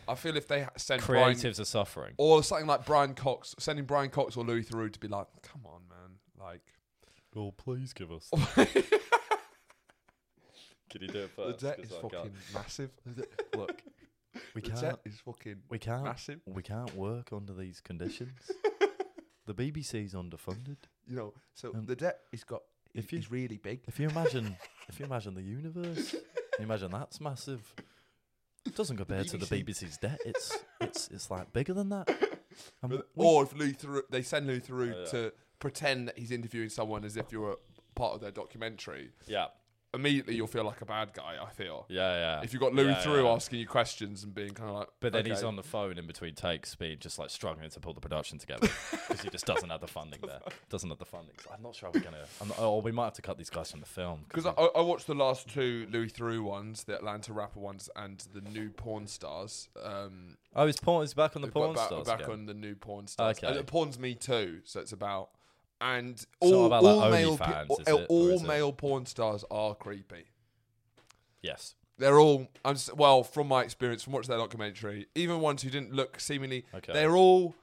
S1: I feel if they ha- send Brian
S2: Creatives are suffering.
S1: or something like Brian Cox, sending Brian Cox or Louis Theroux to be like, come on, man, like
S2: Oh, please give us. Can you do it
S1: the
S2: first?
S1: debt is fucking massive. The debt-
S2: Look, we
S1: the
S2: can't.
S1: debt is fucking
S2: We can't.
S1: massive.
S2: We can't work under these conditions. the BBC's underfunded.
S1: You know, so
S2: Um,
S1: the debt is got
S2: if
S1: is,
S2: you-
S1: is really big.
S2: If you imagine, if you imagine the universe, you imagine that's massive. It doesn't compare to the
S1: BBC.
S2: BBC's debt. It's it's it's like bigger than that. And
S1: But-
S2: we-
S1: or if Luther, they send Luther
S2: Oh, yeah.
S1: to pretend that he's interviewing someone as if you're a part of their documentary.
S2: yeah,
S1: Immediately, you'll feel like a bad guy. I feel
S2: yeah, yeah.
S1: if you've got Luther asking you questions and being kind of like,
S2: But then he's
S1: okay.
S2: on the phone in between takes, being just like struggling to pull the production together because he just doesn't have the funding there. Doesn't have the funding. So I'm not sure we're gonna. I'm not, oh, we might have to cut these guys from the film.
S1: Because I, I watched the last two Louis Theroux ones, the Atlanta rapper ones, and the new Porn Stars. Um,
S2: oh, his porn is back on the
S1: we're
S2: porn
S1: back,
S2: stars
S1: back
S2: again.
S1: on the new Porn Stars.
S2: Okay.
S1: And the Porn's Me Too, so it's about and
S2: not
S1: all,
S2: about, like,
S1: all male pe-
S2: OnlyFans,
S1: all,
S2: is it? Or
S1: all
S2: is it-
S1: male porn stars are creepy.
S2: Yes.
S1: They're all, I'm s well, from my experience, from watching that documentary, even ones who didn't look seemingly,
S2: Okay.
S1: they're all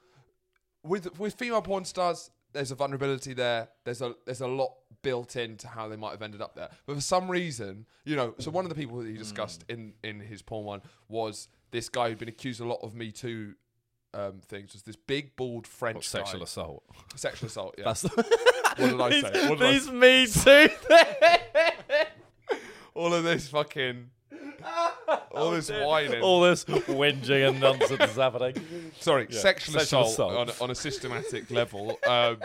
S1: with with female porn stars. There's a vulnerability there. There's a there's a lot built into how they might have ended up there. But for some reason, you know, so one of the people that he discussed
S2: Mm.
S1: in in his porn one was this guy who'd been accused a lot of Me Too um, things. Was this big bald French
S2: Or sexual
S1: guy?
S2: assault.
S1: sexual assault? Yeah.
S2: That's the
S1: what did I say? What did I
S2: These me too.
S1: all of this fucking all this whining.
S2: All this whinging and nonsense is happening.
S1: sorry, sexual,
S2: Sexual
S1: assault, On,
S2: assault.
S1: a- on a systematic level. Um,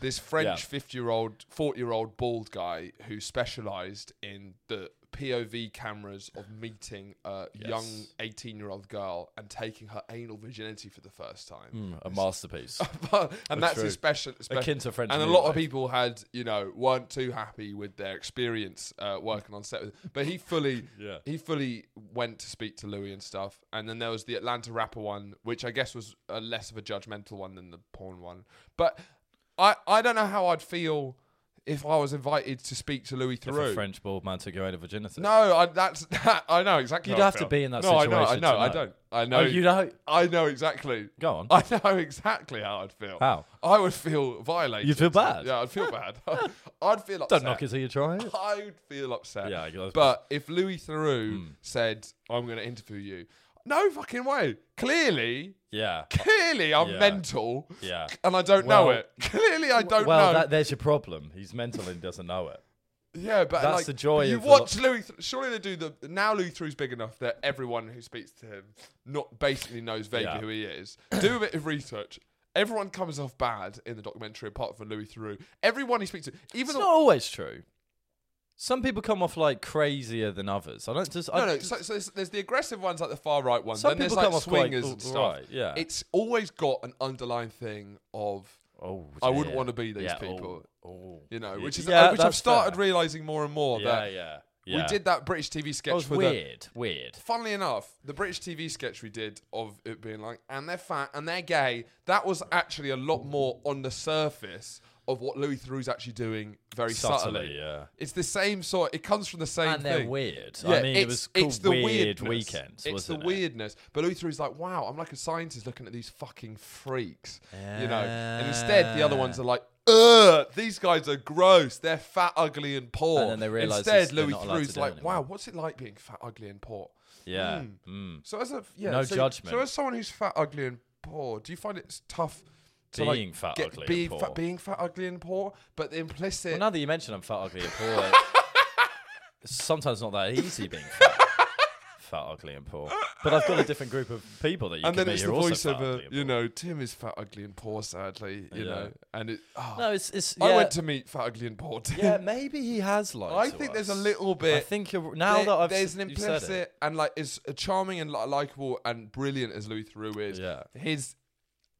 S1: this French
S2: Yeah.
S1: fifty-year-old, forty-year-old bald guy who specialised in the POV cameras of meeting a young
S2: Yes.
S1: 18 year old girl and taking her anal virginity for the first time.
S2: Mm, a masterpiece.
S1: and that's
S2: true.
S1: his special. special
S2: Akin to French.
S1: and a
S2: New
S1: lot of
S2: Wave.
S1: people had, you know, weren't too happy with their experience uh, working on set. With but he fully,
S2: Yeah.
S1: he fully went to speak to Louis and stuff. And then there was the Atlanta rapper one, which I guess was a less of a judgmental one than the porn one. But I, I don't know how I'd feel if I was invited to speak to Louis
S2: If a
S1: Theroux.
S2: French bald man took your out of virginity. Oh,
S1: No, I, that's that. I know exactly.
S2: You'd
S1: how I
S2: have to
S1: feel.
S2: be in that
S1: no, I
S2: situation
S1: know. I know. I
S2: to know.
S1: don't. I know.
S2: Oh, you know.
S1: I know exactly.
S2: Go on.
S1: I know exactly how I'd feel.
S2: How?
S1: I would feel violated.
S2: You'd feel bad.
S1: Yeah, I'd feel bad. I'd feel upset.
S2: Don't knock it till you try it.
S1: I'd feel upset.
S2: Yeah, I guess- Hmm.
S1: But if Louis Theroux said, "I'm going to interview you," no fucking way. Clearly,
S2: Yeah.
S1: clearly, I'm
S2: Yeah.
S1: mental,
S2: Yeah.
S1: and I don't know
S2: Well-
S1: it. Clearly, I don't
S2: well,
S1: know.
S2: that, there's your problem. He's mental and doesn't know it.
S1: yeah, but
S2: that's
S1: like,
S2: the joy
S1: You
S2: of a lot-
S1: watch Louis. Th- surely they do the now. Louis Theroux's big enough that everyone who speaks to him not basically knows vaguely
S2: Yeah.
S1: who he is. Do a bit of research. Everyone comes off bad in the documentary, apart from Louis Theroux. Everyone he speaks to, even
S2: It's
S1: the-
S2: not always true. Some people come off like crazier than others. I don't just. I,
S1: No, no. So, so there's, there's the aggressive ones, like the far right ones.
S2: Some
S1: then there's
S2: people
S1: like
S2: come off quite
S1: swingers
S2: all
S1: and stuff.
S2: right, yeah.
S1: It's always got an underlying thing of
S2: oh,
S1: I wouldn't
S2: dear.
S1: want to be these
S2: Yeah, oh,
S1: people.
S2: oh.
S1: You know, which is
S2: Yeah,
S1: uh, which I've
S2: that's
S1: started
S2: fair.
S1: realizing more and more
S2: Yeah,
S1: that
S2: yeah, yeah.
S1: we did that British TV
S2: That
S1: sketch
S2: was
S1: for the.
S2: weird. Weird.
S1: Funnily enough, the British TV sketch we did of it being like, and they're fat and they're gay, that was actually a lot more on the surface of what Louis Theroux's actually doing very subtly.
S2: yeah.
S1: It's the same sort, it comes from the same
S2: And they're
S1: thing.
S2: weird.
S1: Yeah,
S2: I mean, it was called Weird
S1: weirdness.
S2: Weekend.
S1: It's the
S2: wasn't it?
S1: weirdness. But Luther is like, wow, I'm like a scientist looking at these fucking freaks, you know. And instead, the other ones are like, ugh, these guys are gross. They're fat, ugly, and poor.
S2: And then they realise
S1: instead,
S2: it's- they're
S1: Louis
S2: not allowed to
S1: Theroux's
S2: do it
S1: like, wow,
S2: anymore.
S1: what's it like being fat, ugly, and poor?
S2: Yeah.
S1: hmm.
S2: Mm.
S1: So as a yeah,
S2: No
S1: so,
S2: judgment.
S1: So as someone who's fat, ugly, and poor, do you find it's tough? To
S2: Being
S1: like
S2: fat,
S1: get,
S2: ugly, and
S1: be
S2: poor.
S1: Fat, being fat, ugly, and poor, but the implicit
S2: Well, now that you mention I'm fat, ugly, and poor, it- it's sometimes not that easy being fat. fat, ugly, and poor. But I've got a different group of people that you
S1: and
S2: can
S1: then
S2: meet
S1: it's
S2: who
S1: the
S2: are also
S1: voice
S2: fat,
S1: of a,
S2: ugly, and
S1: you
S2: poor.
S1: know, Tim is fat, ugly, and poor, sadly, you
S2: Yeah.
S1: know, and it. Oh,
S2: No, it's it's.
S1: I
S2: yeah.
S1: went to meet fat, ugly, and poor Tim.
S2: Yeah, maybe he has lied.
S1: I
S2: to
S1: think there's a
S2: us.
S1: little
S2: I
S1: bit-
S2: think you're, now
S1: There-
S2: that I've
S1: there's
S2: s-
S1: an
S2: you said it,
S1: implicit and like is uh, charming and li- likable and brilliant as Louis Theroux is.
S2: Yeah.
S1: his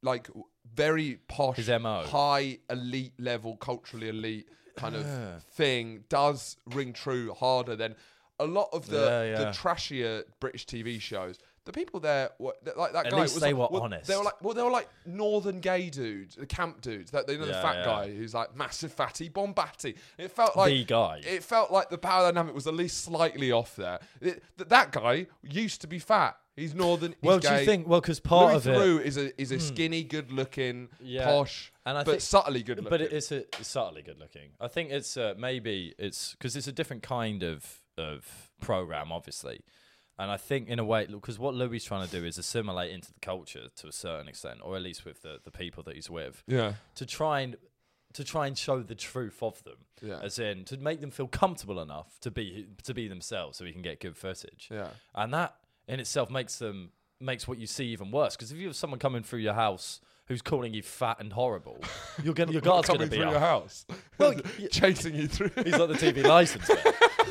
S1: like w- very posh,
S2: His MO.
S1: high elite level, culturally elite kind of thing does ring true harder than a lot of the
S2: Yeah, yeah.
S1: the trashier British TV shows. The people there, were, th- like that
S2: At
S1: guy,
S2: least
S1: was
S2: they
S1: like-
S2: were
S1: well,
S2: honest.
S1: They were like, well, they were like northern gay dudes, the camp dudes. That you know, the
S2: Yeah,
S1: fat
S2: yeah.
S1: guy who's like massive fatty, bombati. It felt like
S2: The guy.
S1: it felt like the power dynamic was at least slightly off there. It, th- that guy used to be fat. He's northern. He's
S2: Well, do you
S1: gay.
S2: think? Well, because part
S1: Louis
S2: of it,
S1: Theroux is a is a skinny, good-looking,
S2: Hmm. Yeah.
S1: posh,
S2: And I
S1: but
S2: think-
S1: subtly good-looking.
S2: but it- it's a, it's subtly good looking. I think it's uh, maybe it's because it's a different kind of of program, obviously. And I think in a way, because what Louis is trying to do is assimilate into the culture to a certain extent, or at least with the, the people that he's with,
S1: yeah,
S2: to try and to try and show the truth of them,
S1: Yeah.
S2: as in to make them feel comfortable enough to be to be themselves, so we can get good footage.
S1: yeah,
S2: and that in itself makes them makes what you see even worse because if you have someone coming through your house who's calling you fat and horrible you're gonna your guard's gonna
S1: coming
S2: be
S1: through your
S2: up.
S1: house,
S2: Well, y-
S1: chasing you through.
S2: he's like the tv license man.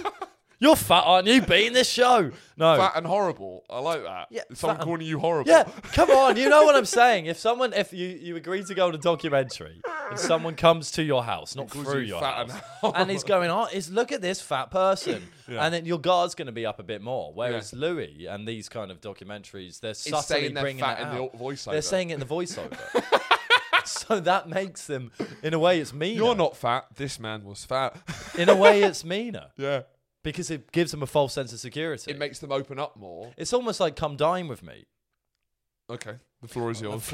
S2: you're fat aren't you being this show no
S1: fat and horrible. I like that.
S2: Yeah,
S1: someone
S2: fat and-
S1: calling you horrible.
S2: yeah come on you know what i'm saying if someone if you you agree to go on a documentary and someone comes to your house not
S1: calls
S2: through
S1: you
S2: your
S1: fat and
S2: house and,
S1: horrible.
S2: he's going on is look at this fat person and then your guard's gonna be up a bit more whereas louis and these kind of documentaries they're
S1: It's
S2: subtly
S1: saying they're
S2: bringing
S1: fat
S2: that
S1: in the
S2: out.
S1: o- voiceover.
S2: They're saying it in the voiceover. so that makes them, in a way, it's meaner.
S1: you're not fat. This man was fat.
S2: In a way, it's meaner
S1: yeah,
S2: because it gives them a false sense of security.
S1: it makes them open up more.
S2: it's almost like come dine with me.
S1: Okay, the floor is yours.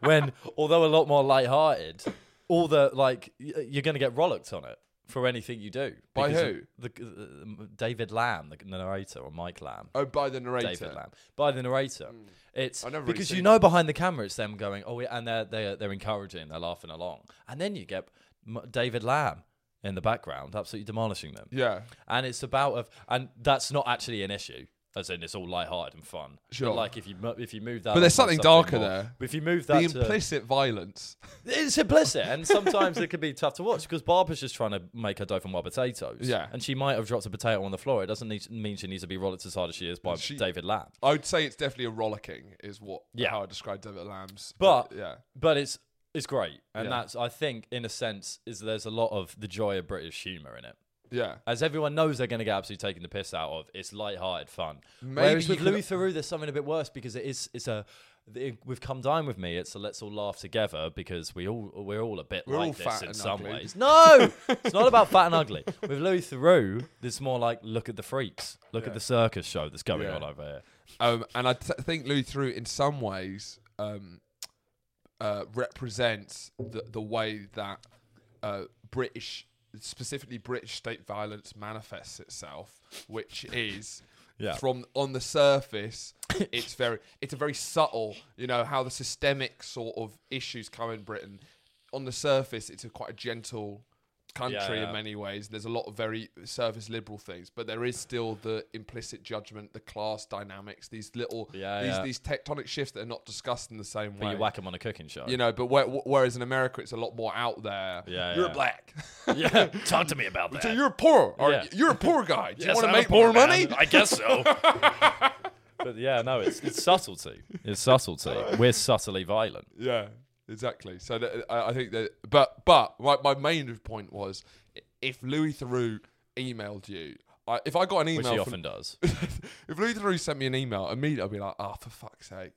S2: when, although a lot more lighthearted, all the like y- you're going to get rollicked on it for anything you do.
S1: By
S2: Because
S1: who?
S2: of The, uh, David Lamb, the narrator, or Mike Lamb.
S1: Oh, by the narrator.
S2: David Lamb by the narrator. It's
S1: Hmm. I've never really
S2: because
S1: seen
S2: you know behind the camera it's them going, oh, yeah, and they're they're they're encouraging, they're laughing along, and then you get M- David Lamb in the background, absolutely demolishing them,
S1: Yeah.
S2: and it's about of, and that's not actually an issue. as in it's all lighthearted and fun.
S1: Sure.
S2: But like if you mo- if you move that,
S1: But there's
S2: onto
S1: something darker
S2: more-
S1: there.
S2: If you move
S1: The
S2: that, to-
S1: implicit violence.
S2: it's implicit, and sometimes it can be tough to watch because Barbara's just trying to make her dough from wild potatoes.
S1: Yeah.
S2: and she might have dropped a potato on the floor. It doesn't need, mean she needs to be rolled as hard as she is by
S1: She-
S2: David Lamb.
S1: I would say it's definitely a rollicking, is what
S2: Yeah.
S1: how I described David Lamb's.
S2: But-
S1: yeah,
S2: But it's it's great, and
S1: Yeah.
S2: that's I think in a sense is there's a lot of the joy of British humour in it.
S1: yeah.
S2: As everyone knows, they're going to get absolutely taken the piss out of. It's light-hearted fun.
S1: Maybe
S2: Whereas
S1: you
S2: with
S1: could-
S2: Louis Theroux, there's something a bit worse because it is it's a it, we've come down with me. It's a let's all laugh together because we all we're all a bit
S1: We're
S2: like
S1: all
S2: this
S1: fat
S2: in
S1: and
S2: some
S1: ugly.
S2: ways. No, it's not about fat and ugly. With Louis Theroux, it's more like look at the freaks, look
S1: Yeah.
S2: at the circus show that's going
S1: Yeah.
S2: on over here.
S1: Um, and I t- think Louis through in some ways um, uh, represents the, the way that uh, British, specifically British state violence, manifests itself, which is.
S2: Yeah.
S1: From on the surface, it's very it's a very subtle, you know, how the systemic sort of issues come in Britain. On the surface, it's a quite a gentle country
S2: yeah.
S1: in many ways. There's a lot of very service liberal things, but there is still the implicit judgment, the class dynamics, these little
S2: Yeah,
S1: these
S2: yeah.
S1: these tectonic shifts that are not discussed in the same
S2: But
S1: way.
S2: you whack them on a cooking show.
S1: You know, but where, whereas in America it's a lot more out there.
S2: Yeah,
S1: you're
S2: yeah.
S1: black.
S2: yeah, talk to me about that.
S1: so you're poor, or
S2: Yeah.
S1: you're a poor guy. Do you
S2: Yes,
S1: want to
S2: I'm a
S1: make more
S2: poor
S1: money?
S2: man. I guess so. but yeah, no, it's it's subtlety. It's subtlety. We're subtly violent.
S1: Yeah, exactly. So that, I, I think that, but but my, my main point was i- if Louis Theroux emailed you, I, if I got an
S2: Which
S1: email
S2: he
S1: from
S2: often does.
S1: if Louis Theroux sent me an email, immediately I'd be like, ah, for fuck's sake.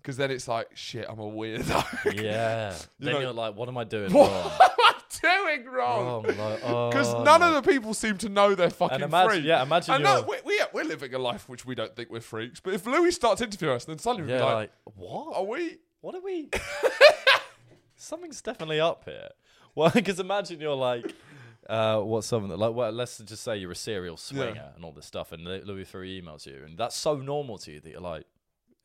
S1: Because then it's like, shit, I'm a weirdo.
S2: Yeah. then
S1: know-
S2: you're like, what am I doing
S1: What
S2: wrong?
S1: am I doing wrong?
S2: Wrong, like, oh,
S1: Because none of the people seem to know they're fucking
S2: imagine-
S1: free.
S2: yeah, imagine
S1: And no,
S2: you're-
S1: we, we, we're living a life which we don't think we're freaks. But if Louis starts interviewing us, then suddenly we'd
S2: yeah,
S1: be like,
S2: like, what?
S1: are we?
S2: What are we? Something's definitely up here. Well, because imagine you're like, uh, what's something that like? Well, let's just say you're a serial swinger and all this stuff, and Lu- Louis Theroux emails you, and that's so normal to you that you're like,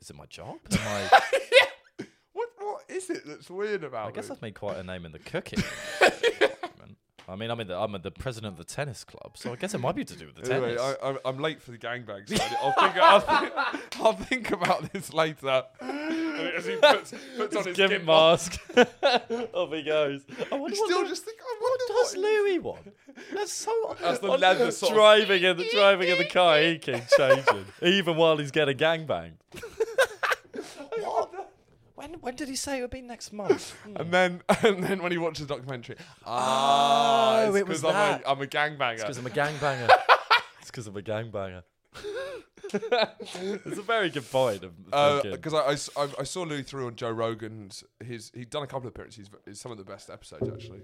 S2: is it my job? Am I?
S1: What, what is it that's weird about
S2: I guess
S1: me?
S2: I've made quite a name in the cooking. department. I mean, I'm in the, I'm the president of the tennis club, so I guess it might be to do with the
S1: Anyway,
S2: tennis.
S1: I, I'm, I'm late for the gangbang. So I'll, think, I'll, think, I'll think about this later. As he puts, puts on his
S2: Give
S1: gimp
S2: it mask. Off he goes. I wonder
S1: You
S2: what,
S1: still
S2: Lu-
S1: just think, I wonder
S2: what does
S1: what-
S2: Louis want? That's so.
S1: That's the
S2: on-
S1: leather sort of-
S2: driving in the driving in the car. He keeps changing, even while he's getting gangbanged. what? When when did he say it would be next month? Hmm.
S1: And then, and then when he watches the documentary, ah,
S2: Oh,
S1: it's
S2: it was
S1: 'cause I'm
S2: that.
S1: a, I'm a gangbanger.
S2: It's because I'm a gangbanger. it's because I'm a gangbanger. it's a very good point. of thinking.
S1: Oh, because I I s I I I, saw Louis through on Joe Rogan's. His he'd done a couple of appearances. but It's some of the best episodes actually.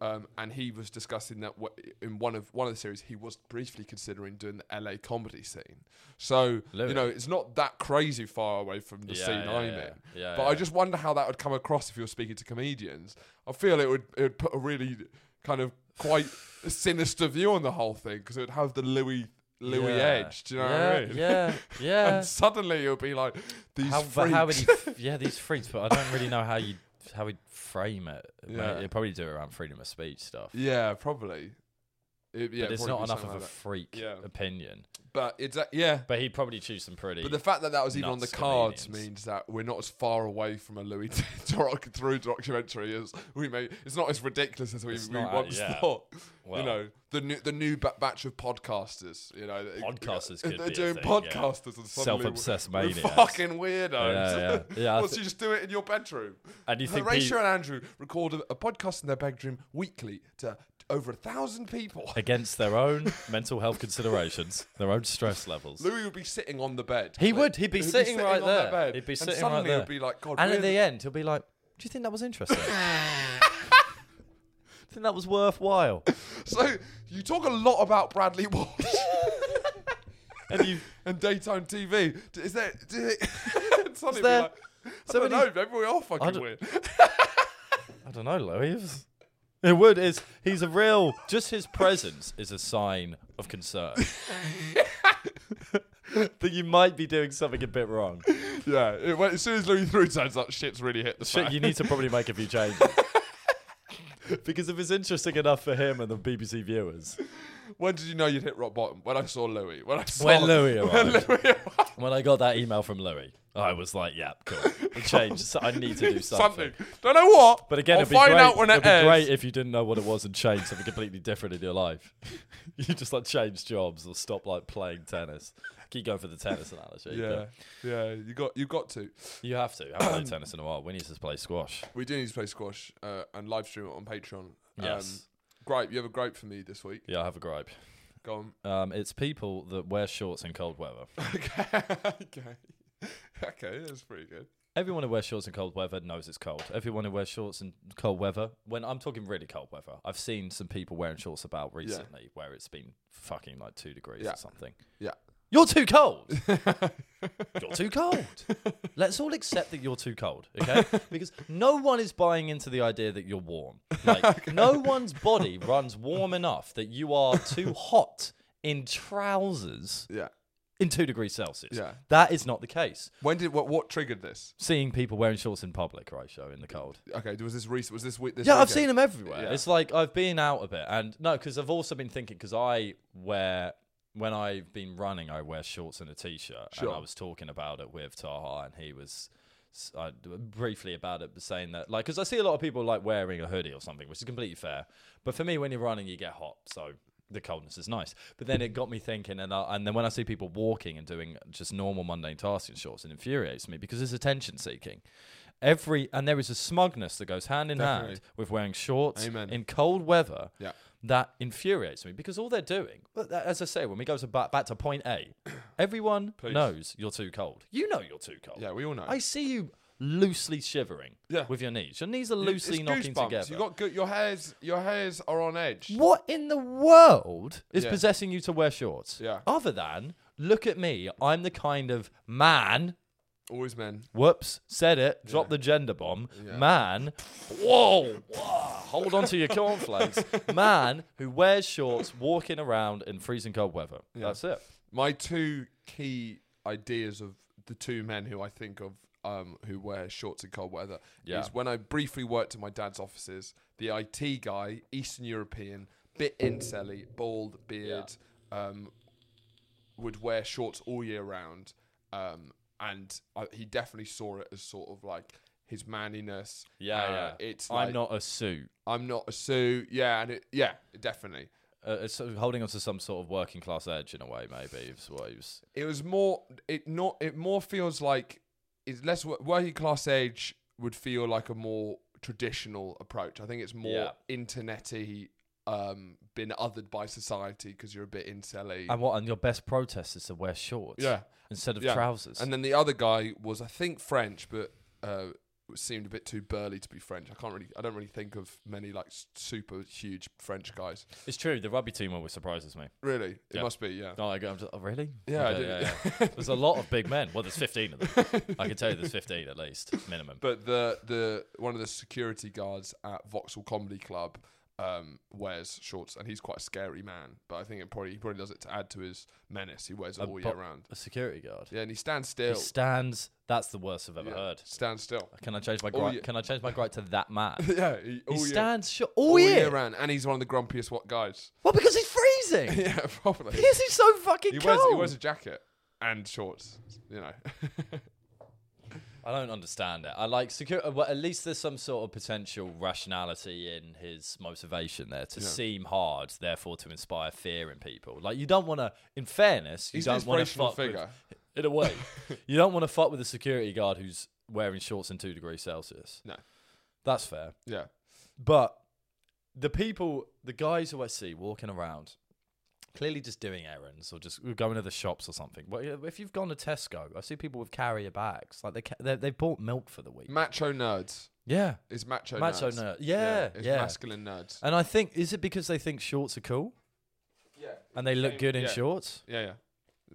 S1: Um, and he was discussing that wh- in one of one of the series he was briefly considering doing the LA comedy scene. So
S2: Louis.
S1: you know it's not that crazy far away from the
S2: Yeah,
S1: scene
S2: yeah,
S1: I'm
S2: yeah.
S1: in.
S2: Yeah,
S1: but
S2: yeah.
S1: I just wonder how that would come across if you're speaking to comedians. I feel it would it would put a really kind of quite sinister view on the whole thing because it would have the Louis Louis
S2: Yeah.
S1: edge. Do you know
S2: yeah,
S1: what I mean?
S2: Yeah, yeah.
S1: and suddenly you'll be like these
S2: Uh, how, but
S1: freaks.
S2: how would he? f- yeah, these freaks. But I don't really know how you how he'd frame it.
S1: Yeah.
S2: Yeah. He'd probably do it around freedom of speech stuff.
S1: yeah, probably. It, yeah,
S2: but it's
S1: probably
S2: not
S1: be
S2: enough
S1: something
S2: of a
S1: like that.
S2: freak
S1: Yeah.
S2: opinion.
S1: But it's a- yeah.
S2: But he'd probably choose some pretty.
S1: But the fact that that was even on the
S2: nuts
S1: cards
S2: comedians.
S1: means that we're not as far away from a Louis Turok through documentary as we may. It's not as ridiculous as we,
S2: It's
S1: we
S2: not, uh,
S1: once
S2: yeah.
S1: thought.
S2: Well.
S1: you know, the new the new ba- batch of podcasters. You know, that-
S2: Podcasters
S1: they're
S2: could be a
S1: doing
S2: thing, yeah.
S1: podcasters and suddenly
S2: Self-obsessed
S1: we're- we're
S2: maniacs.
S1: fucking weirdos.
S2: Yeah, yeah. Yeah, I
S1: Well, so
S2: thi-
S1: you just do it in your bedroom.
S2: and you think
S1: Horatio
S2: pe-
S1: and Andrew record a, a podcast in their bedroom weekly to over a thousand people.
S2: against their own mental health considerations, their own stress levels.
S1: Louis would be sitting on the bed.
S2: He
S1: Like,
S2: would. He'd be sitting right
S1: on that
S2: there.
S1: bed,
S2: He'd be
S1: and
S2: sitting right
S1: suddenly
S2: there.
S1: He'd be like, God.
S2: and at
S1: really?
S2: the end, he'll be like, "Do you think that was interesting? Do you think that was worthwhile?"
S1: So you talk a lot about Bradley Walsh
S2: And you,
S1: and daytime TV. D- Is there? Do it, and suddenly
S2: there-
S1: be like, I
S2: so
S1: don't
S2: many-
S1: know. Maybe we are fucking
S2: don't-
S1: weird.
S2: I don't know, Louis. It was- It would is he's a real. Just his presence is a sign of concern. that you might be doing something a bit wrong.
S1: yeah. It, when, as soon as Louis through turns up, shit's really hit the
S2: Shit,
S1: fan.
S2: you need to probably make a few changes. because if it's interesting enough for him and the BBC viewers,
S1: When did you know you'd hit rock bottom? When I saw Louis. When I saw
S2: When Louis
S1: when
S2: arrived.
S1: Louis arrived.
S2: When I got that email from Louis, I was like, yeah, cool. Change. So I need to do something.
S1: something. Don't know what.
S2: But again,
S1: I'll
S2: it'd be,
S1: find
S2: great.
S1: out when it
S2: it'd be
S1: ends.
S2: great if you didn't know what it was and changed something completely different in your life. you just like change jobs or stop like playing tennis. Keep going for the tennis analogy. but
S1: Yeah, yeah. You got you got to.
S2: You have to. I haven't played tennis in a while. We need to play squash.
S1: We do need to play squash uh, and live stream it on Patreon. Um,
S2: Yes.
S1: gripe. You have a gripe for me this week.
S2: yeah, I have a gripe.
S1: Go on.
S2: Um, it's people that wear shorts in cold weather.
S1: okay. okay. Okay. That's pretty good.
S2: Everyone who wears shorts in cold weather knows it's cold. Everyone who wears shorts in cold weather, when I'm talking really cold weather, I've seen some people wearing shorts about recently where it's been fucking like two degrees
S1: Yeah.
S2: or something.
S1: Yeah.
S2: You're too cold. you're too cold. Let's all accept that you're too cold, okay? Because no one is buying into the idea that you're warm. Like, no one's body runs warm enough that you are too hot in trousers
S1: Yeah.
S2: in two degrees Celsius.
S1: Yeah.
S2: That is not the case.
S1: When did what what triggered this?
S2: Seeing people wearing shorts in public, right, show in the cold.
S1: Okay. Was this recent? Was this week? This
S2: Yeah, I've
S1: weekend?
S2: seen them everywhere.
S1: Yeah.
S2: It's like I've been out a bit, and no, because I've also been thinking because I wear when I've been running, I wear shorts and a t-shirt,
S1: Sure.
S2: and I was talking about it with Taha, and he was. s- I, briefly about it, but saying that like because I see a lot of people like wearing a hoodie or something, which is completely fair. But for me, when you're running, you get hot, so the coldness is nice. But then it got me thinking, and I, and then when I see people walking and doing just normal mundane tasks in shorts, it infuriates me because it's attention seeking. Every and there is a smugness that goes hand in hand
S1: Definitely.
S2: with wearing shorts
S1: Amen.
S2: in cold weather
S1: Yeah.
S2: that infuriates me because all they're doing, but tha- as I say, when we go to back, back to point A, everyone knows you're too cold. You know you're too cold.
S1: Yeah, we all know.
S2: I see you loosely shivering
S1: Yeah.
S2: with your knees. Your knees are
S1: You- it's
S2: loosely knocking
S1: goosebumps.
S2: together.
S1: You got good, your hairs. Your hairs are on edge.
S2: what in the world is
S1: Yeah.
S2: possessing you to wear shorts?
S1: Yeah.
S2: Other than, look at me, I'm the kind of man
S1: Always men.
S2: Whoops, said it. Drop the gender bomb.
S1: Yeah.
S2: Man, whoa, whoa, hold on to your cornflakes. Man who wears shorts walking around in freezing cold weather. That's it.
S1: My two key ideas of the two men who I think of um, who wear shorts in cold weather
S2: Yeah.
S1: is when I briefly worked in my dad's offices, the IT guy, Eastern European, bit incelly, bald, beard, um, would wear shorts all year round. Um, and I, he definitely saw it as sort of like his manliness.
S2: Yeah,
S1: Uh,
S2: yeah.
S1: It's
S2: I'm
S1: like,
S2: not a suit.
S1: I'm not a suit. Yeah, and it, yeah, definitely.
S2: Uh, it's sort of holding on to some sort of working class edge in a way, maybe. Is what he was.
S1: it was more it not it more feels like it's less wo- working class age would feel like a more traditional approach. I think it's more
S2: Yeah.
S1: internety, um, been othered by society because you're a bit incelly.
S2: And what? And your best protest is to wear shorts.
S1: yeah,
S2: Instead of
S1: yeah.
S2: trousers.
S1: And then the other guy was I think French, but uh, seemed a bit too burly to be French. I can't really I don't really think of many like s- super huge French guys.
S2: it's true. The rugby team always surprises me.
S1: Really, it
S2: Yeah.
S1: must be yeah.
S2: Oh, I go, I'm just, oh really?
S1: Yeah, I
S2: Okay,
S1: do.
S2: yeah. There's a lot of big men. Well, there's 15 of them. I can tell you there's 15 at least, minimum.
S1: But the the one of the security guards at Vauxhall Comedy Club um, wears shorts, and he's quite a scary man. But I think it probably he probably does it to add to his menace. He wears it
S2: A
S1: all
S2: bo-
S1: year round.
S2: A security guard.
S1: Yeah, and he stands
S2: He
S1: still.
S2: stands. That's the worst I've ever
S1: Yeah,
S2: heard.
S1: Stands still.
S2: Can I change my
S1: All
S2: gripe?
S1: year-
S2: Can I change my gripe to that man?
S1: yeah, he, all
S2: he
S1: year,
S2: stands short
S1: all
S2: all
S1: year.
S2: year.
S1: round, and he's one of the grumpiest what guys.
S2: Well, because he's freezing.
S1: yeah, probably.
S2: because he's so fucking
S1: He
S2: cold.
S1: wears he wears a jacket and shorts. You know.
S2: I don't understand it. I like secure. uh, Well, at least there's some sort of potential rationality in his motivation there to seem hard, therefore to inspire fear in people. Like you don't want to. In fairness, you
S1: He's an
S2: don't want to
S1: inspirational
S2: fuck with-
S1: figure.
S2: in a way, you don't want to fuck with a security guard who's wearing shorts in two degrees Celsius.
S1: No.
S2: that's fair.
S1: yeah.
S2: But the people, the guys who I see walking around, clearly just doing errands or just going to the shops or something. Well, yeah, if you've gone to Tesco, I see people with carrier bags. Like they ca- they they've bought milk for the week.
S1: Macho nerds.
S2: Yeah,
S1: It's macho.
S2: macho
S1: nerds.
S2: nerd. Yeah, yeah. Uh,
S1: It's masculine nerds.
S2: And I think is it because they think shorts are cool
S1: Yeah.
S2: and they look good in
S1: yeah.
S2: shorts?
S1: Yeah, yeah.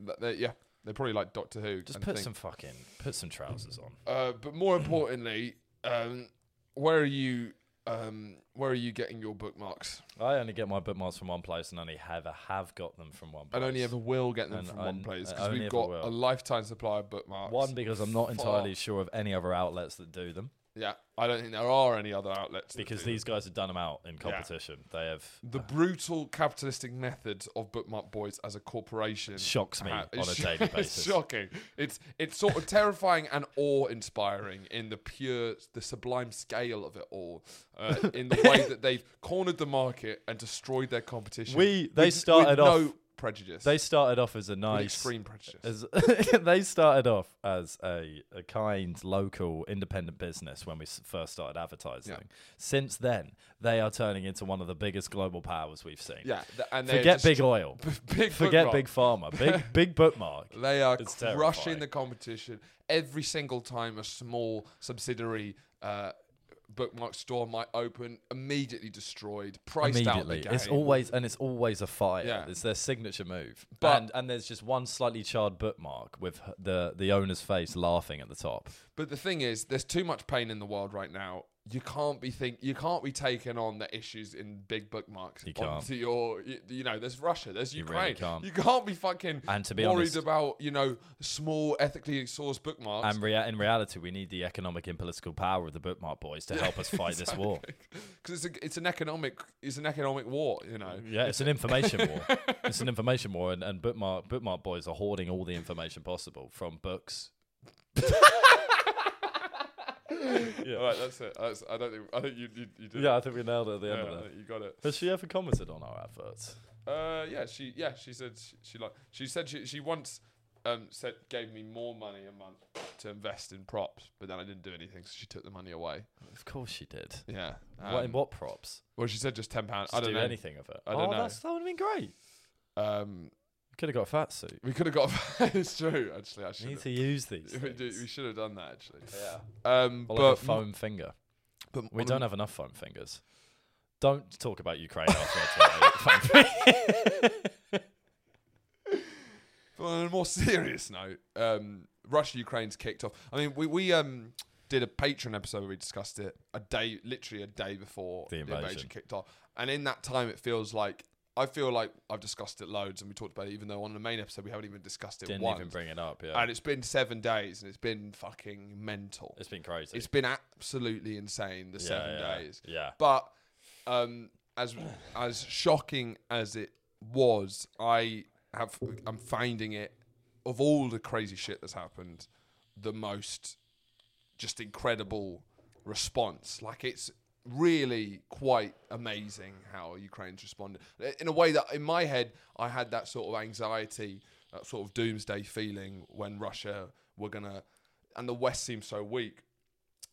S1: Th- They, yeah, they're probably like Doctor Who.
S2: Just
S1: and
S2: put
S1: things.
S2: some fucking put some trousers on.
S1: Uh, but more importantly, um, where are you? Um, where are you getting your bookmarks?
S2: I only get my bookmarks from one place and only ever have got them from one place.
S1: And only ever will get them
S2: And
S1: from
S2: I-
S1: one place
S2: I
S1: because
S2: only
S1: we've
S2: ever
S1: got
S2: will.
S1: a lifetime supply of bookmarks.
S2: one because I'm not
S1: Fuck.
S2: entirely sure of any other outlets that do them.
S1: Yeah, I don't think there are any other outlets that
S2: because
S1: do
S2: these Ah. guys have done them out in
S1: Yeah.
S2: competition. They have
S1: that. the brutal capitalistic methods of Bookmark Boys as a corporation
S2: shocks me
S1: ha-
S2: on a
S1: is-
S2: daily
S1: is
S2: basis.
S1: shocking. It's it's sort of terrifying and awe-inspiring in the pure, the sublime scale of it all. Uh, in the way that they've cornered the market and destroyed their competition.
S2: We- they
S1: with-
S2: started
S1: with
S2: off-
S1: no prejudice.
S2: They started off as a
S1: with
S2: nice
S1: extreme prejudice.
S2: As, they started off as a, a kind local independent business when we s- first started advertising. Since then, they are turning into one of the biggest global powers we've seen.
S1: yeah, th- and they're
S2: Forget
S1: just-
S2: big oil.
S1: big Bookmark.
S2: Forget big pharma. Big big bookmark.
S1: They are
S2: It's
S1: crushing
S2: terrifying.
S1: the competition every single time a small subsidiary uh, bookmark store might open. Immediately destroyed, priced out the
S2: Immediately,
S1: game.
S2: it's always and it's always a fire.
S1: Yeah.
S2: It's their signature move.
S1: But-
S2: and, and there's just one slightly charred bookmark with h- the the owner's face laughing at the top.
S1: But the thing is, there's too much pain in the world right now. You can't be think you can't be taking on the issues in big bookmarks
S2: You can't.
S1: onto your you, you know there's Russia there's
S2: You
S1: Ukraine
S2: really can't.
S1: you can't be fucking
S2: And to be
S1: worried
S2: honest-
S1: about you know small ethically sourced bookmarks
S2: And rea- in reality, we need the economic and political power of the bookmark boys to help us fight this war.
S1: because it's a, it's an economic it's an economic war you know
S2: Yeah, it's an information war. It's an information war, and, and bookmark bookmark boys are hoarding all the information possible from books. yeah.
S1: All right, that's it. That's, I don't think I think you you, you did.
S2: yeah,
S1: it.
S2: I think we nailed it at the
S1: Yeah,
S2: end
S1: I
S2: of that.
S1: think you got it.
S2: Has she ever commented on our adverts?
S1: Uh, yeah, she yeah she said she, she like she said she she once um said gave me more money a month to invest in props, but then I didn't do anything, so she took the money away.
S2: Of course she did.
S1: Yeah.
S2: what, in
S1: um,
S2: what props?
S1: Well, she said just ten pounds.
S2: Just
S1: I don't
S2: do
S1: know.
S2: anything of it.
S1: I don't
S2: oh,
S1: know.
S2: That's, that would have been great.
S1: Um,
S2: Could have got a fat suit.
S1: we could have got. it's true, actually. I
S2: We
S1: should
S2: need
S1: have.
S2: to use these.
S1: We, do-
S2: things.
S1: we should have done that actually.
S2: yeah.
S1: Um,
S2: Or
S1: but
S2: like a foam finger.
S1: but
S2: We
S1: on
S2: don't have enough foam fingers. Don't talk about Ukraine after I
S1: But on a more serious note, um, Russia Ukraine's kicked off. I mean, we we um did a Patreon episode where we discussed it a day, literally a day before
S2: The invasion.
S1: kicked off, and in that time, it feels like I feel like I've discussed it loads, and we talked about it, even though on the main episode we haven't even discussed it
S2: Didn't
S1: once.
S2: even bring it up. Yeah.
S1: and it's been seven days, and it's been fucking mental.
S2: it's been crazy.
S1: It's been absolutely insane. The
S2: Yeah,
S1: seven
S2: yeah,
S1: days,
S2: Yeah.
S1: but um, as as shocking as it was, I have I'm finding it of all the crazy shit that's happened, the most just incredible response. Like it's really quite amazing how Ukraine's responded in a way that in my head I had that sort of anxiety, that sort of doomsday feeling when Russia were gonna and the West seemed so weak.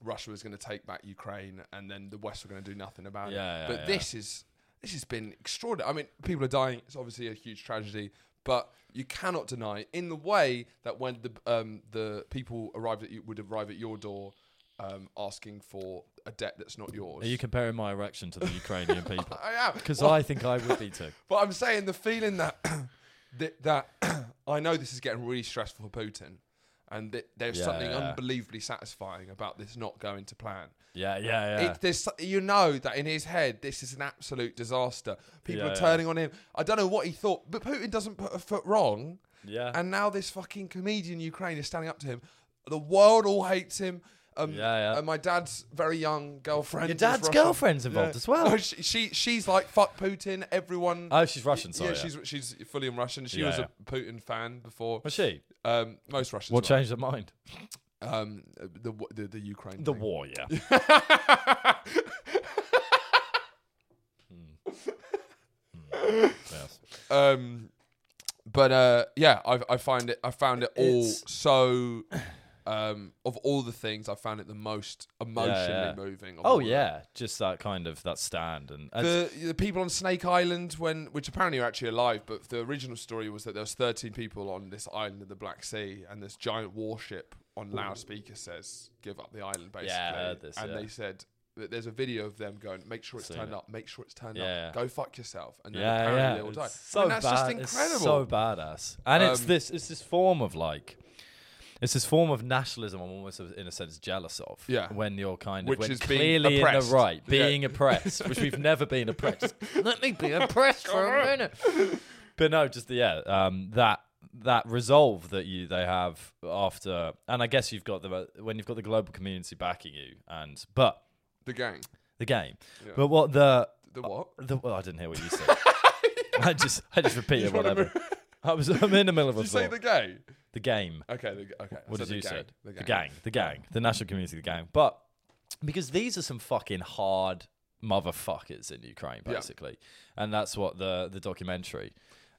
S1: Russia was going to take back Ukraine, and then the West were going to do nothing about
S2: Yeah,
S1: it.
S2: yeah,
S1: but
S2: yeah.
S1: this is this has been extraordinary. I mean, people are dying. It's obviously a huge tragedy, but you cannot deny, in the way that when the um, the people arrived at you would arrive at your door, um, asking for a debt that's not yours.
S2: Are you comparing my erection to the Ukrainian people?
S1: I am
S2: Because
S1: Well,
S2: I think I would be too.
S1: But I'm saying the feeling that that, that I know this is getting really stressful for Putin, and that there's
S2: Yeah,
S1: something
S2: yeah.
S1: unbelievably satisfying about this not going to plan.
S2: Yeah, yeah, yeah.
S1: It, there's, so- you know that in his head, this is an absolute disaster. People
S2: Yeah,
S1: are
S2: yeah.
S1: turning on him. I don't know what he thought, but Putin doesn't put a foot wrong.
S2: yeah.
S1: And now this fucking comedian Ukraine is standing up to him. The world all hates him. Um,
S2: Yeah, yeah.
S1: And my dad's very young girlfriend.
S2: Your
S1: is
S2: dad's
S1: Russian.
S2: girlfriend's involved as well.
S1: No, she, she she's like fuck Putin. Everyone.
S2: oh, she's Russian, sorry.
S1: yeah,
S2: Yeah,
S1: she's she's fully in Russian. She
S2: Yeah,
S1: was
S2: yeah.
S1: a Putin fan before.
S2: Was she?
S1: Um, most Russians.
S2: What
S1: were.
S2: changed her mind?
S1: Um, the the, the Ukraine.
S2: The
S1: thing.
S2: war, yeah. Hmm. yes.
S1: um but uh yeah i i find it i found it all
S2: It's-
S1: so um of all the things i found it the most emotionally
S2: yeah.
S1: moving of all
S2: Oh,
S1: of it.
S2: yeah. Just that kind of, that stand. And, and
S1: the the people on snake island when which apparently are actually alive but the original story was that there was 13 people on this island in the black sea and this giant warship on loudspeaker says give up the island basically
S2: Yeah, I heard this,
S1: and
S2: yeah.
S1: they said that there's a video of them going make sure it's
S2: Seen
S1: turned
S2: it.
S1: up make sure it's turned
S2: Yeah.
S1: up go fuck yourself and then
S2: yeah,
S1: apparently
S2: yeah.
S1: they all
S2: It's
S1: die
S2: So
S1: and that's just
S2: bad.
S1: incredible
S2: It's so badass. And it's
S1: Um,
S2: this, it's this form of like, it's this form of nationalism I'm almost in a sense jealous of.
S1: Yeah.
S2: When you're kind of
S1: Which
S2: when
S1: is being
S2: clearly in
S1: oppressed.
S2: the right,
S1: Yeah.
S2: being oppressed, which we've never been oppressed. Let me be oppressed for a minute. But no, just the, yeah, um, that that resolve that you they have after, and I guess you've got the when you've got the global community backing you, and but
S1: The gang.
S2: the game,
S1: Yeah.
S2: but Uh, what the
S1: The what?
S2: the well, I didn't hear what you said. I just I just repeated
S1: wanna
S2: whatever. I was I'm in the middle of a
S1: Did you say
S2: thought.
S1: the
S2: The,
S1: gay?
S2: game.
S1: Okay, the, okay. I
S2: What did
S1: the
S2: you
S1: gang,
S2: say?
S1: The gang.
S2: The gang. The gang. The national community. The gang. But because these are some fucking hard motherfuckers in Ukraine,
S1: Yeah.
S2: basically, and that's what the the documentary.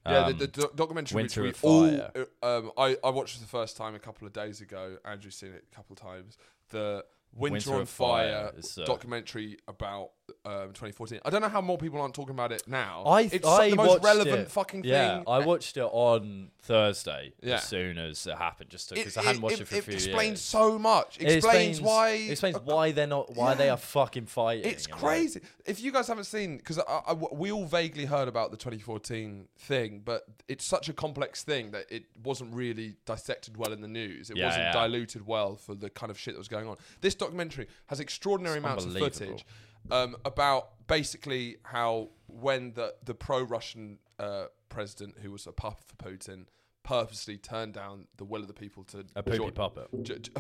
S1: Yeah,
S2: um,
S1: the, the doc- documentary
S2: Winter
S1: which
S2: of
S1: we all
S2: Fire.
S1: uh, um, I, I watched it the first time a couple of days ago. Andrew's seen it a couple of times. The Winter,
S2: Winter
S1: on
S2: of
S1: Fire,
S2: Fire is, uh,
S1: documentary about um, 2014. I don't know how more people aren't talking about it now.
S2: I
S1: it's
S2: I
S1: the
S2: watched
S1: most relevant
S2: it.
S1: fucking
S2: Yeah,
S1: thing.
S2: I watched it on Thursday
S1: Yeah.
S2: as soon as it happened, just
S1: It-
S2: because I hadn't
S1: it-
S2: watched
S1: it-
S2: it, for a
S1: it
S2: few
S1: explains
S2: years.
S1: so much.
S2: It
S1: Explains, why.
S2: it explains why they're not why they
S1: Yeah.
S2: are fucking fighting.
S1: It's
S2: and why-
S1: crazy. If you guys haven't seen, because I, I- we all vaguely heard about the 2014 thing, but it's such a complex thing that it wasn't really dissected well in the news. It
S2: Yeah,
S1: wasn't
S2: yeah.
S1: diluted well for the kind of shit that was going on. This documentary has extraordinary
S2: It's
S1: amounts of
S2: unbelievable.
S1: footage um, about basically how when the the pro Russian uh, president, who was a puppet for Putin, purposely turned down the will of the people to
S2: a poopy
S1: join-
S2: puppet.
S1: J- j-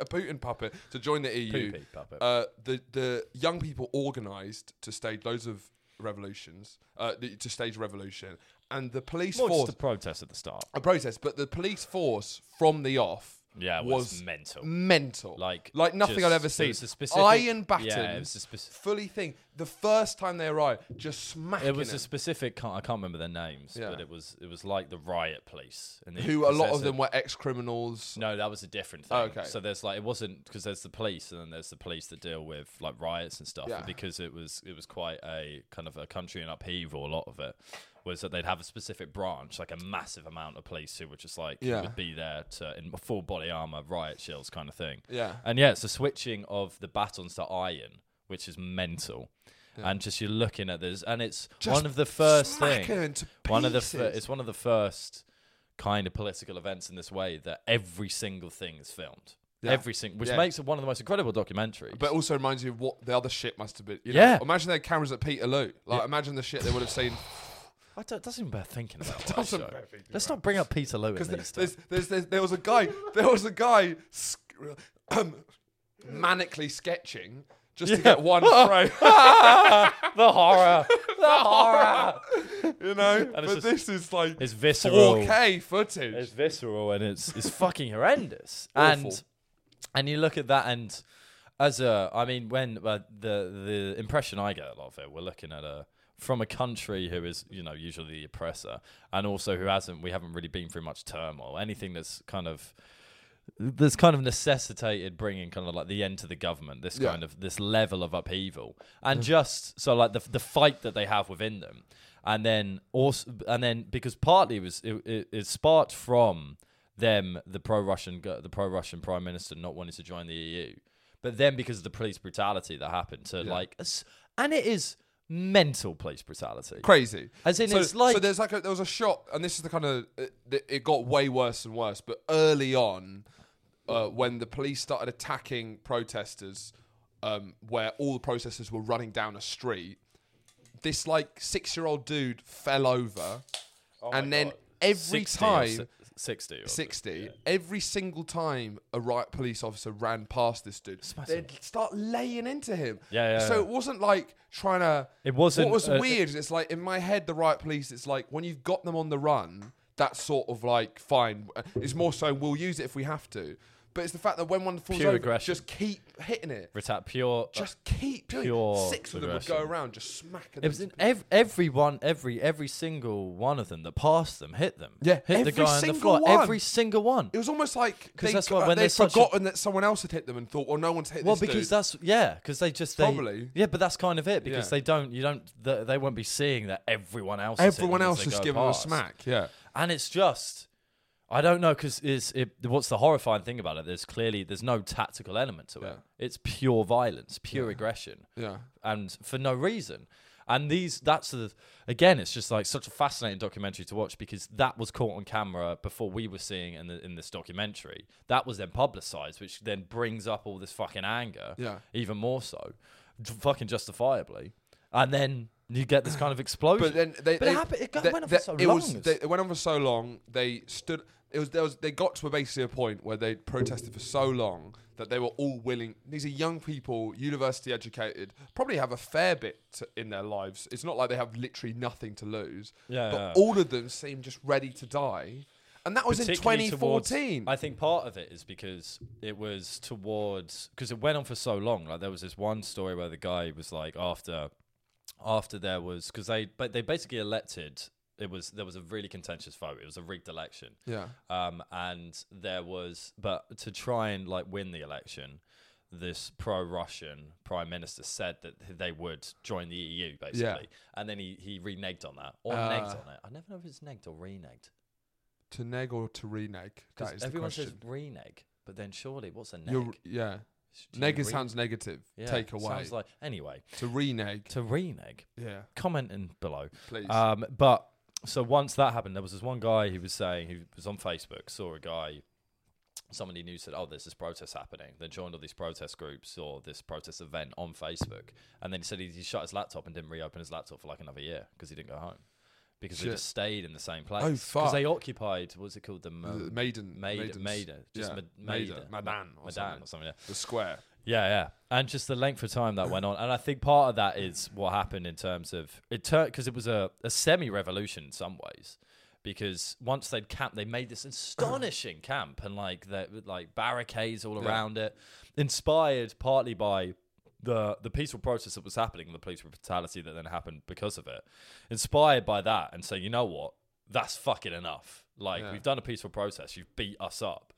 S1: a Putin puppet to join the E EU.
S2: Poopy puppet.
S1: Uh, the the young people organised to stage loads of revolutions, uh, the- to stage a revolution, and the police
S2: More
S1: force
S2: just a protest at the start.
S1: a protest, but the police force from the off
S2: Yeah, it was,
S1: was
S2: mental.
S1: mental,
S2: Like
S1: like nothing
S2: just-
S1: I'd ever
S2: it
S1: seen.
S2: was a specific-
S1: Iron
S2: yeah,
S1: battens,
S2: it was a speci-
S1: fully thing. The first time they arrived, just smacking
S2: It was a
S1: them,
S2: specific. I can't remember their names,
S1: Yeah.
S2: but it was it was like the riot police. And the,
S1: who a
S2: 'cause
S1: lot
S2: there's
S1: of them were ex criminals.
S2: No, that was a different thing.
S1: Oh, okay.
S2: So there's like it wasn't because there's the police and then there's the police that deal with like riots and stuff.
S1: Yeah.
S2: And because it was it was quite a kind of a country in upheaval. A lot of it was that they'd have a specific branch, like a massive amount of police who were just like who
S1: Yeah.
S2: would be there to in full body armor, riot shields, kind of thing.
S1: Yeah.
S2: And yeah, it's the switching of the batons to iron, which is mental. And just you're looking at this, and it's
S1: Just
S2: one of the first
S1: smacking
S2: thing.
S1: them to
S2: One of the fir-
S1: pieces.
S2: it's one of the first kind of political events in this way that every single thing is filmed.
S1: Yeah.
S2: Every single, which
S1: Yeah.
S2: makes it one of the most incredible documentaries.
S1: But also reminds you of what the other shit must have been. You
S2: Yeah.
S1: Know? Imagine they had cameras at Peterloo. Like, imagine the shit they would have seen.
S2: I don't, doesn't even bear thinking about. what I
S1: Doesn't
S2: showed.
S1: bear thinking
S2: Let's not bring up Peter Lewis.
S1: Because there's, there's, there's, there was a guy, there was a guy sc- um, manically sketching just to get one frame.
S2: the horror, the horror.
S1: you know? But
S2: it's just-
S1: this is like
S2: It's visceral.
S1: 4K footage.
S2: It's visceral and it's it's fucking horrendous.
S1: Awful.
S2: And and you look at that and as a I mean when uh, the the impression I get a lot of it, we're looking at a from a country who is you know usually the oppressor and also who hasn't we haven't really been through much turmoil. Anything that's kind of that's kind of necessitated bringing kind of like the end to the government this
S1: Yeah.
S2: kind of this level of upheaval and just so like the the fight that they have within them and then also and then because partly it was it, it, it sparked from them the pro russian the pro russian prime minister not wanting to join the EU but then because of the police brutality that happened to like us- and it is mental police brutality
S1: crazy.
S2: As in,
S1: so,
S2: it's like-
S1: so. There's like a, there was a shot, and this is the kind of it, it got way worse and worse. But early on, uh, when the police started attacking protesters, um, where all the protesters were running down a street, this like six year old dude fell over, and then every
S2: 60 or
S1: time.
S2: si- 60 or
S1: 60 every single time a riot police officer ran past this dude they'd start laying into him
S2: Yeah, yeah,
S1: so
S2: yeah.
S1: it wasn't like trying to
S2: It wasn't,
S1: what was
S2: uh,
S1: weird is it's like in my head the riot police it's like when you've got them on the run that's sort of like fine it's more so we'll use it if we have to but it's the fact that when one falls
S2: Pure
S1: over
S2: aggression.
S1: just keep hitting it
S2: Reta- pure
S1: just keep doing
S2: Pure
S1: it. six of them would go
S2: aggression.
S1: around just smacking
S2: It
S1: them
S2: was
S1: to
S2: in ev- every one, every every single one of them that passed them hit them.
S1: Yeah,
S2: hit
S1: every
S2: the guy on the
S1: single
S2: floor.
S1: one.
S2: Every single one.
S1: it was almost like
S2: 'Cause
S1: they,
S2: that's why when
S1: they'd
S2: there's such a-
S1: forgotten that someone else had hit them and thought, well, no one's hit
S2: well,
S1: this
S2: because
S1: dude.
S2: that's yeah, because they just they,
S1: Probably.
S2: yeah, but that's kind of it because
S1: Yeah.
S2: they don't you don't th they won't be seeing that everyone else is hitting
S1: Everyone
S2: them
S1: else
S2: as they
S1: has
S2: go
S1: given them a
S2: past.
S1: smack. Yeah.
S2: and it's just I don't know because is it what's the horrifying thing about it? There's clearly there's no tactical element to it. It's pure violence, pure aggression.
S1: Yeah.
S2: and for no reason. And these, that's the, again, it's just like such a fascinating documentary to watch because that was caught on camera before we were seeing in, the, in this documentary. That was then publicized, which then brings up all this fucking anger,
S1: Yeah.
S2: even more so, j- fucking justifiably. And then You get this kind of explosion.
S1: But then they,
S2: But it
S1: they
S2: happened- it got-
S1: they-
S2: went on for
S1: they-
S2: so
S1: it Was,
S2: long.
S1: they, it went on for so long. They stood. It was, there was they got to a basically a point where they protested for so long that they were all willing. These are young people, university educated, probably have a fair bit to, in their lives. It's not like they have literally nothing to lose.
S2: Yeah,
S1: but
S2: yeah.
S1: all of them seem just ready to die, and that was in
S2: particularly
S1: 2014.
S2: towards- I think part of it is because it was towards because it went on for so long. Like there was this one story where the guy was like after after there was because they but they basically elected it was there was a really contentious vote. It was a rigged election.
S1: yeah,
S2: Um, and there was, but to try and like win the election, this pro-Russian prime minister said that h- they would join the EU basically, and then he he reneged on that or negged
S1: Ah.
S2: on it. I never know if it's negged or reneged
S1: to neg or to reneg. That
S2: because
S1: is the
S2: everyone
S1: question.
S2: says reneg, but then surely what's a neg?
S1: You're, yeah,
S2: Sh- do you
S1: neg
S2: re-
S1: sounds negative.
S2: Yeah,
S1: Take away
S2: Sounds like anyway
S1: to reneg.
S2: to reneg.
S1: Yeah,
S2: Comment in below.
S1: please.
S2: Um, but so once that happened, there was this one guy who was saying who was on Facebook saw a guy, somebody knew said, "Oh, there's this protest happening." Then joined all these protest groups or this protest event on Facebook, and then he said he, he shut his laptop and didn't reopen his laptop for like another year because he didn't go home because they
S1: Shit. Oh,
S2: just stayed in the same place.
S1: fuck.
S2: Because they occupied what's it called the
S1: The
S2: Mo-
S1: Uh, maiden,
S2: Maida,
S1: maidens.
S2: Maida, Uh, just
S1: Yeah,
S2: Ma-
S1: Maida,
S2: Maida, Ma-
S1: Madan, or
S2: Madan
S1: something.
S2: or something. yeah.
S1: The square.
S2: Yeah, yeah, and just the length of time that went on, and I think part of that is what happened in terms of it turned because it was a, a semi-revolution in some ways, because once they'd camp, they made this astonishing camp and like the, like barricades all
S1: Yeah.
S2: around it, inspired partly by the the peaceful protest that was happening and the police brutality that then happened because of it, inspired by that, and saying, you know what, that's fucking enough. Like
S1: Yeah.
S2: we've done a peaceful protest, you've beat us up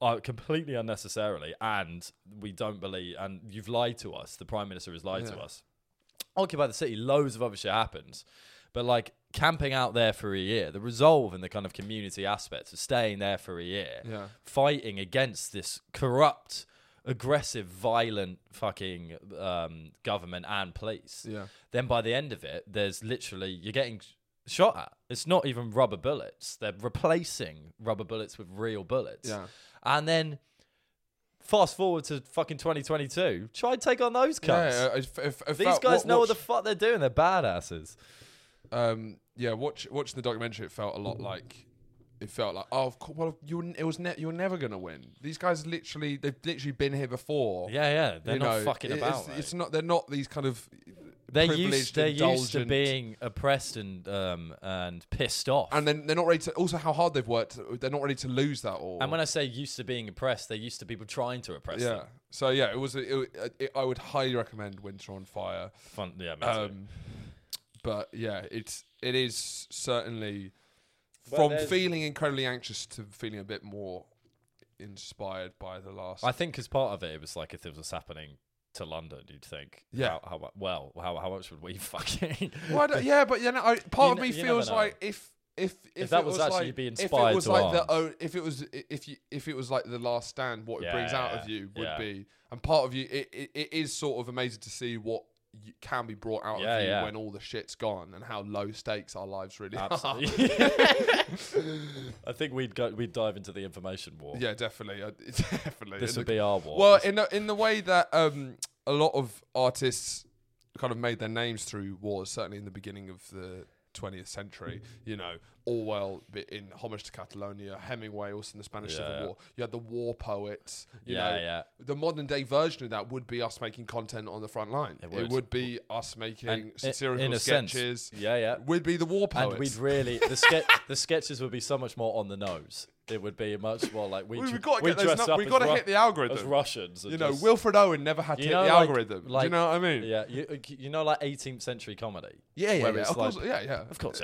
S2: uh, completely unnecessarily, and we don't believe, and you've lied to us. The prime minister has lied to
S1: Yeah.
S2: us. Occupy the city. Loads of other shit happens, but like camping out there for a year, the resolve and the kind of community aspects of staying there for a year,
S1: Yeah.
S2: fighting against this corrupt, aggressive, violent fucking um, government and police.
S1: Yeah.
S2: Then by the end of it, there's literally you're getting shot at. It's not even rubber bullets. They're replacing rubber bullets with real bullets.
S1: Yeah.
S2: And then fast forward to fucking 2022, try and take on those cunts.
S1: Yeah, uh, I- I- I- I
S2: These
S1: felt-
S2: guys
S1: wa-
S2: know what
S1: watch,
S2: the fuck they're doing. They're badasses.
S1: um, yeah, watch watching the documentary. It felt a lot like it felt like oh, of course, well, you n- it was ne- you're never gonna win. These guys literally they've literally been here before.
S2: Yeah, yeah. They're
S1: you
S2: not
S1: know,
S2: fucking
S1: it-
S2: about.
S1: It's,
S2: mate.
S1: it's not. They're not these kind of.
S2: they're
S1: privileged,
S2: used, they're used to
S1: indulgent-
S2: being oppressed and um, and pissed off.
S1: And then they're not ready to. Also, how hard they've worked. They're not ready to lose that all.
S2: And when I say used to being oppressed, they're used to people trying to oppress
S1: yeah.
S2: them.
S1: So yeah, it was. A, it, wa- it, I would highly recommend Winter on Fire.
S2: Fun, yeah, me too.
S1: Um, but yeah, it's it is certainly
S2: Well,
S1: from
S2: there's-
S1: feeling incredibly anxious to feeling a bit more inspired by the last.
S2: I think as part of it, it was like if this was happening to London, you'd think,
S1: Yeah.
S2: how, how well, how, how much would we fucking?
S1: well, I don't- yeah, but you know, I, part
S2: You
S1: of me
S2: ne- you
S1: feels
S2: never know.
S1: like if. If, if,
S2: that
S1: it
S2: was
S1: was
S2: actually,
S1: like,
S2: you'd be
S1: if
S2: inspired
S1: it was
S2: to
S1: like the oh, if it was if you if it was like the last stand, what it brings out of
S2: Yeah,
S1: you would
S2: yeah.
S1: be, and part of you, it, it, it is sort of amazing to see what you, can be brought out
S2: Yeah,
S1: of you
S2: yeah.
S1: when all the shit's gone and how low stakes our lives really are.
S2: Absolutely. I think we'd go. We'd dive into the information war.
S1: Yeah, definitely. I- definitely.
S2: This
S1: In
S2: would
S1: the-
S2: be our war.
S1: well, in the, in the way that um, a lot of artists kind of made their names through wars, certainly in the beginning of the 20th century,
S2: Mm.
S1: you know, Orwell bi- in Homage to Catalonia, Hemingway also in the Spanish
S2: Yeah.
S1: Civil War. You had the war poets. You
S2: yeah,
S1: know,
S2: yeah.
S1: The modern day version of that would be us making content on the front line.
S2: It
S1: It
S2: would.
S1: would, be us making
S2: And i-
S1: satirical
S2: in a sense,
S1: sketches.
S2: yeah, yeah.
S1: We'd be the war
S2: And
S1: poets.
S2: we'd really the sketch the sketches would be so much more on the nose. It would be much more like we
S1: We-
S2: dr-
S1: we gotta
S2: we
S1: get those
S2: dress
S1: num-
S2: up
S1: we
S2: as
S1: gotta
S2: Ru-
S1: hit the algorithm.
S2: as Russians. and
S1: you know,
S2: just-
S1: Wilfred Owen never had to
S2: You
S1: hit
S2: know,
S1: the
S2: like-
S1: algorithm. Do
S2: like-
S1: you know what I mean?
S2: yeah, you, you know, like 18th century comedy.
S1: Yeah, yeah,
S2: where
S1: yeah.
S2: it's
S1: Of
S2: like-
S1: course, yeah, yeah.
S2: Of course.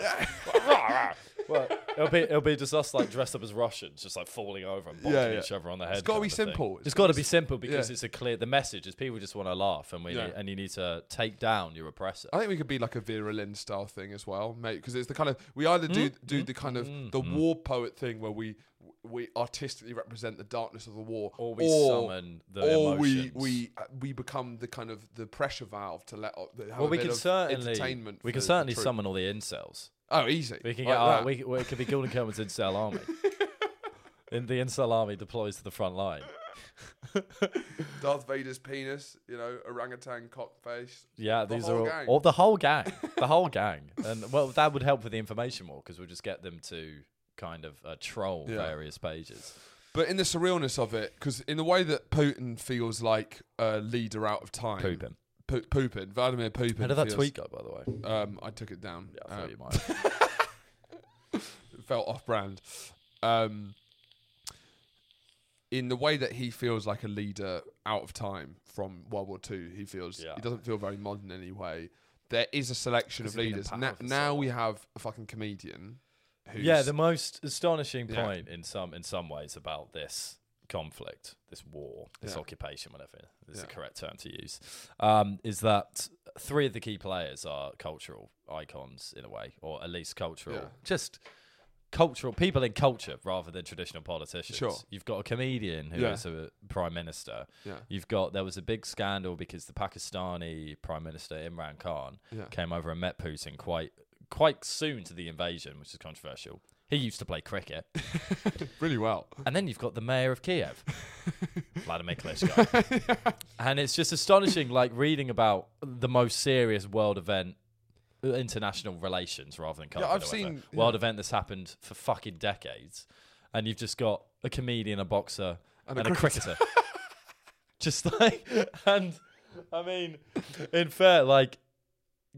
S2: well, it'll be it'll be just us like dressed up as Russians, just like falling over and bonking
S1: Yeah, yeah.
S2: each other on the head.
S1: gotta
S2: kind
S1: be
S2: of thing.
S1: simple.
S2: it's
S1: It's
S2: got to
S1: gotta
S2: be
S1: s-
S2: simple because
S1: yeah.
S2: it's a clear. The message is people just want to laugh, and we
S1: Yeah. Uh,
S2: need, and you need to take down your oppressor.
S1: I think we could be like a Vera Lynn style thing as well, mate. Because it's the kind of we either do
S2: Mm-hmm.
S1: do the kind of the war poet thing where we we artistically represent the darkness of the war,
S2: Or we summon the
S1: or
S2: emotions.
S1: we we uh, we become the kind of the pressure valve to let up. Have
S2: well,
S1: a
S2: we
S1: bit
S2: can
S1: of
S2: certainly
S1: entertainment.
S2: we
S1: for
S2: can
S1: the
S2: certainly
S1: troop.
S2: summon all the incels.
S1: Oh, easy.
S2: We can
S1: Like
S2: get our,
S1: that.
S2: we, we it could be Gordon Kerman's incel army. and the incel army deploys to the front line.
S1: Darth Vader's penis, you know, orangutan cock face.
S2: Yeah,
S1: The
S2: these
S1: whole
S2: are all,
S1: gang.
S2: all the whole gang, the whole gang, and well, that would help with the information war because we'll just get them to kind of uh, troll
S1: Yeah.
S2: various pages.
S1: But in the surrealness of it, because in the way that Putin feels like a leader out of time,
S2: Pooping.
S1: Pu- Poopin, Vladimir Poopin.
S2: How did that
S1: feels-
S2: tweet go, by the way?
S1: Um, I took it down.
S2: Yeah, I thought
S1: Um,
S2: you might. have.
S1: felt off brand. Um, in the way that he feels like a leader out of time from World War Two, he feels
S2: Yeah.
S1: he doesn't feel very modern in any way. There is a selection of
S2: Because he's been in
S1: leaders.
S2: power
S1: Na-
S2: for so
S1: now we
S2: long.
S1: have a fucking comedian. Who's
S2: yeah, the most astonishing
S1: Yeah.
S2: point in some in some ways about this conflict, this war, this
S1: Yeah.
S2: occupation, whatever is the
S1: Yeah.
S2: correct term to use, um, is that three of the key players are cultural icons in a way, or at least cultural,
S1: Yeah.
S2: just cultural people in culture rather than traditional politicians.
S1: Sure.
S2: You've got a comedian who
S1: Yeah.
S2: is a prime minister.
S1: yeah,
S2: You've got there was a big scandal because the Pakistani prime minister Imran Khan
S1: yeah,
S2: came over and met Putin quite quite soon to the invasion, which is controversial. He used to play cricket,
S1: really well.
S2: and then you've got the mayor of Kiev, Vladimir Klitschko, and it's just astonishing, like reading about the most serious world event, uh, international relations rather than COVID
S1: I've
S2: or whatever,
S1: seen-
S2: world
S1: yeah.
S2: event that's happened for fucking decades, and you've just got a comedian, a boxer,
S1: And
S2: and,
S1: a
S2: a cricketer, just like, and I mean, in fair, like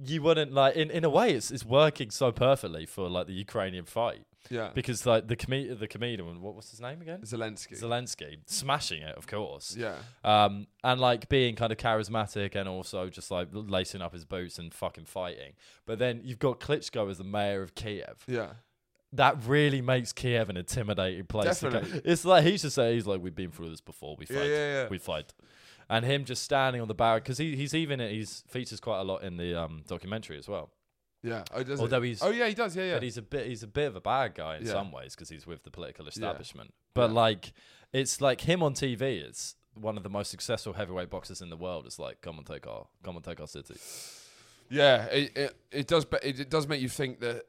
S2: you wouldn't like in, in a way it's it's working so perfectly for like the Ukrainian fight
S1: Yeah,
S2: because like the com- the comedian what was his name again
S1: Zelensky.
S2: Zelensky smashing it of course
S1: yeah,
S2: um and like being kind of charismatic and also just like lacing up his boots and fucking fighting but then you've got Klitschko as the mayor of Kiev
S1: yeah.
S2: that really makes Kiev an intimidating place to go.
S1: Definitely.
S2: it's like he should say he's like we've been through this before we
S1: Yeah,
S2: fight
S1: yeah, yeah.
S2: we fight and him just standing on the barrack because he, he's even he's features quite a lot in the um documentary as well
S1: Yeah. Oh, does he?
S2: although he's
S1: Oh, yeah, he does. Yeah, yeah.
S2: but he's a bit he's a bit of a bad guy in
S1: Yeah.
S2: some ways because he's with the political
S1: Yeah.
S2: establishment. But
S1: Yeah.
S2: like it's like him on TV is one of the most successful heavyweight boxers in the world. It's like come and take our come and take our city.
S1: Yeah, it it, it does, but it, it does make you think that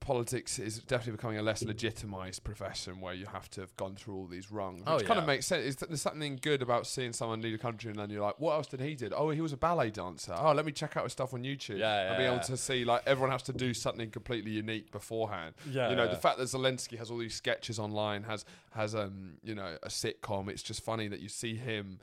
S1: politics is definitely becoming a less legitimized profession where you have to have gone through all these rungs, which
S2: Oh,
S1: kind of
S2: yeah.
S1: makes sense. Is that there's something good about seeing someone lead a country and then you're like, what else did he did? Oh, he was a ballet dancer. Oh, let me check out his stuff on YouTube.
S2: Yeah,
S1: and be
S2: yeah,
S1: able
S2: yeah.
S1: to see like everyone has to do something completely unique beforehand.
S2: Yeah,
S1: you know the
S2: yeah.
S1: fact that Zelensky has all these sketches online, has has um you know a sitcom. It's just funny that you see him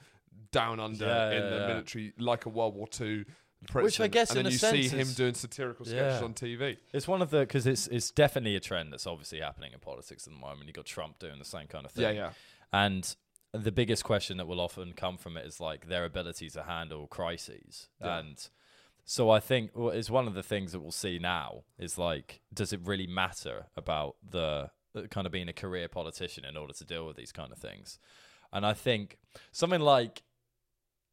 S1: down under
S2: Yeah,
S1: in
S2: yeah,
S1: the
S2: yeah. military,
S1: military like a World War Two
S2: Which I
S1: prison,
S2: guess
S1: and
S2: in
S1: then
S2: a
S1: you
S2: sense
S1: see him
S2: is-
S1: doing satirical sketches
S2: Yeah.
S1: on TV.
S2: It's one of the because it's it's definitely a trend that's obviously happening in politics at the moment. You got Trump doing the same kind of thing.
S1: Yeah, yeah,
S2: And the biggest question that will often come from it is like their ability to handle crises.
S1: Yeah.
S2: And so I think well, it's one of the things that we'll see now is like, does it really matter about the uh, kind of being a career politician in order to deal with these kind of things? And I think something like,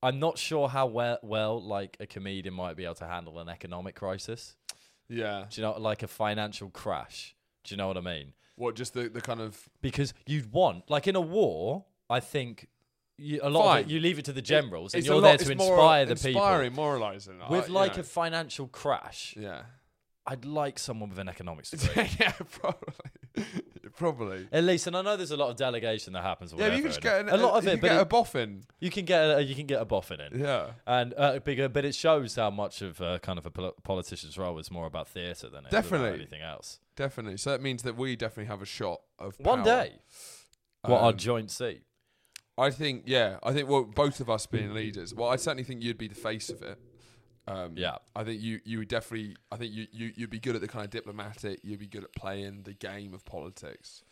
S2: I'm not sure how well, well like a comedian might be able to handle an economic crisis.
S1: yeah.
S2: Do you know, like a financial crash? Do you know what I mean?
S1: What just the, the kind of
S2: because you'd want like in a war i think you, a lot of
S1: Fine.
S2: it, you leave it to the generals and
S1: it's a
S2: you're
S1: lot-
S2: there to
S1: it's more
S2: inspire the
S1: inspiring, moralizing uh,
S2: people with like a financial crash
S1: yeah,
S2: i'd like someone with an economics degree
S1: yeah, probably, probably.
S2: at least and i know there's a lot of delegation that happens or
S1: Yeah, you
S2: whatever,
S1: can just
S2: and
S1: get an, uh,
S2: a lot of
S1: you
S2: it
S1: can
S2: but
S1: get
S2: it-
S1: a boffin.
S2: you can get a, you can get a boffin in
S1: Yeah,
S2: and uh, bigger but it shows how much of uh, kind of a pol- politician's role is more about theater than it is about
S1: Definitely.
S2: anything else
S1: definitely. So that means that we definitely have a shot of
S2: one
S1: power.
S2: day what our
S1: Um,
S2: joint seat
S1: I think, yeah, I think well, both of us
S2: Mm.
S1: being leaders. Well, I certainly think you'd be the face of it. Um,
S2: Yeah.
S1: I think you you would definitely. I think you you you'd be good at the kind of diplomatic. You'd be good at playing the game of politics.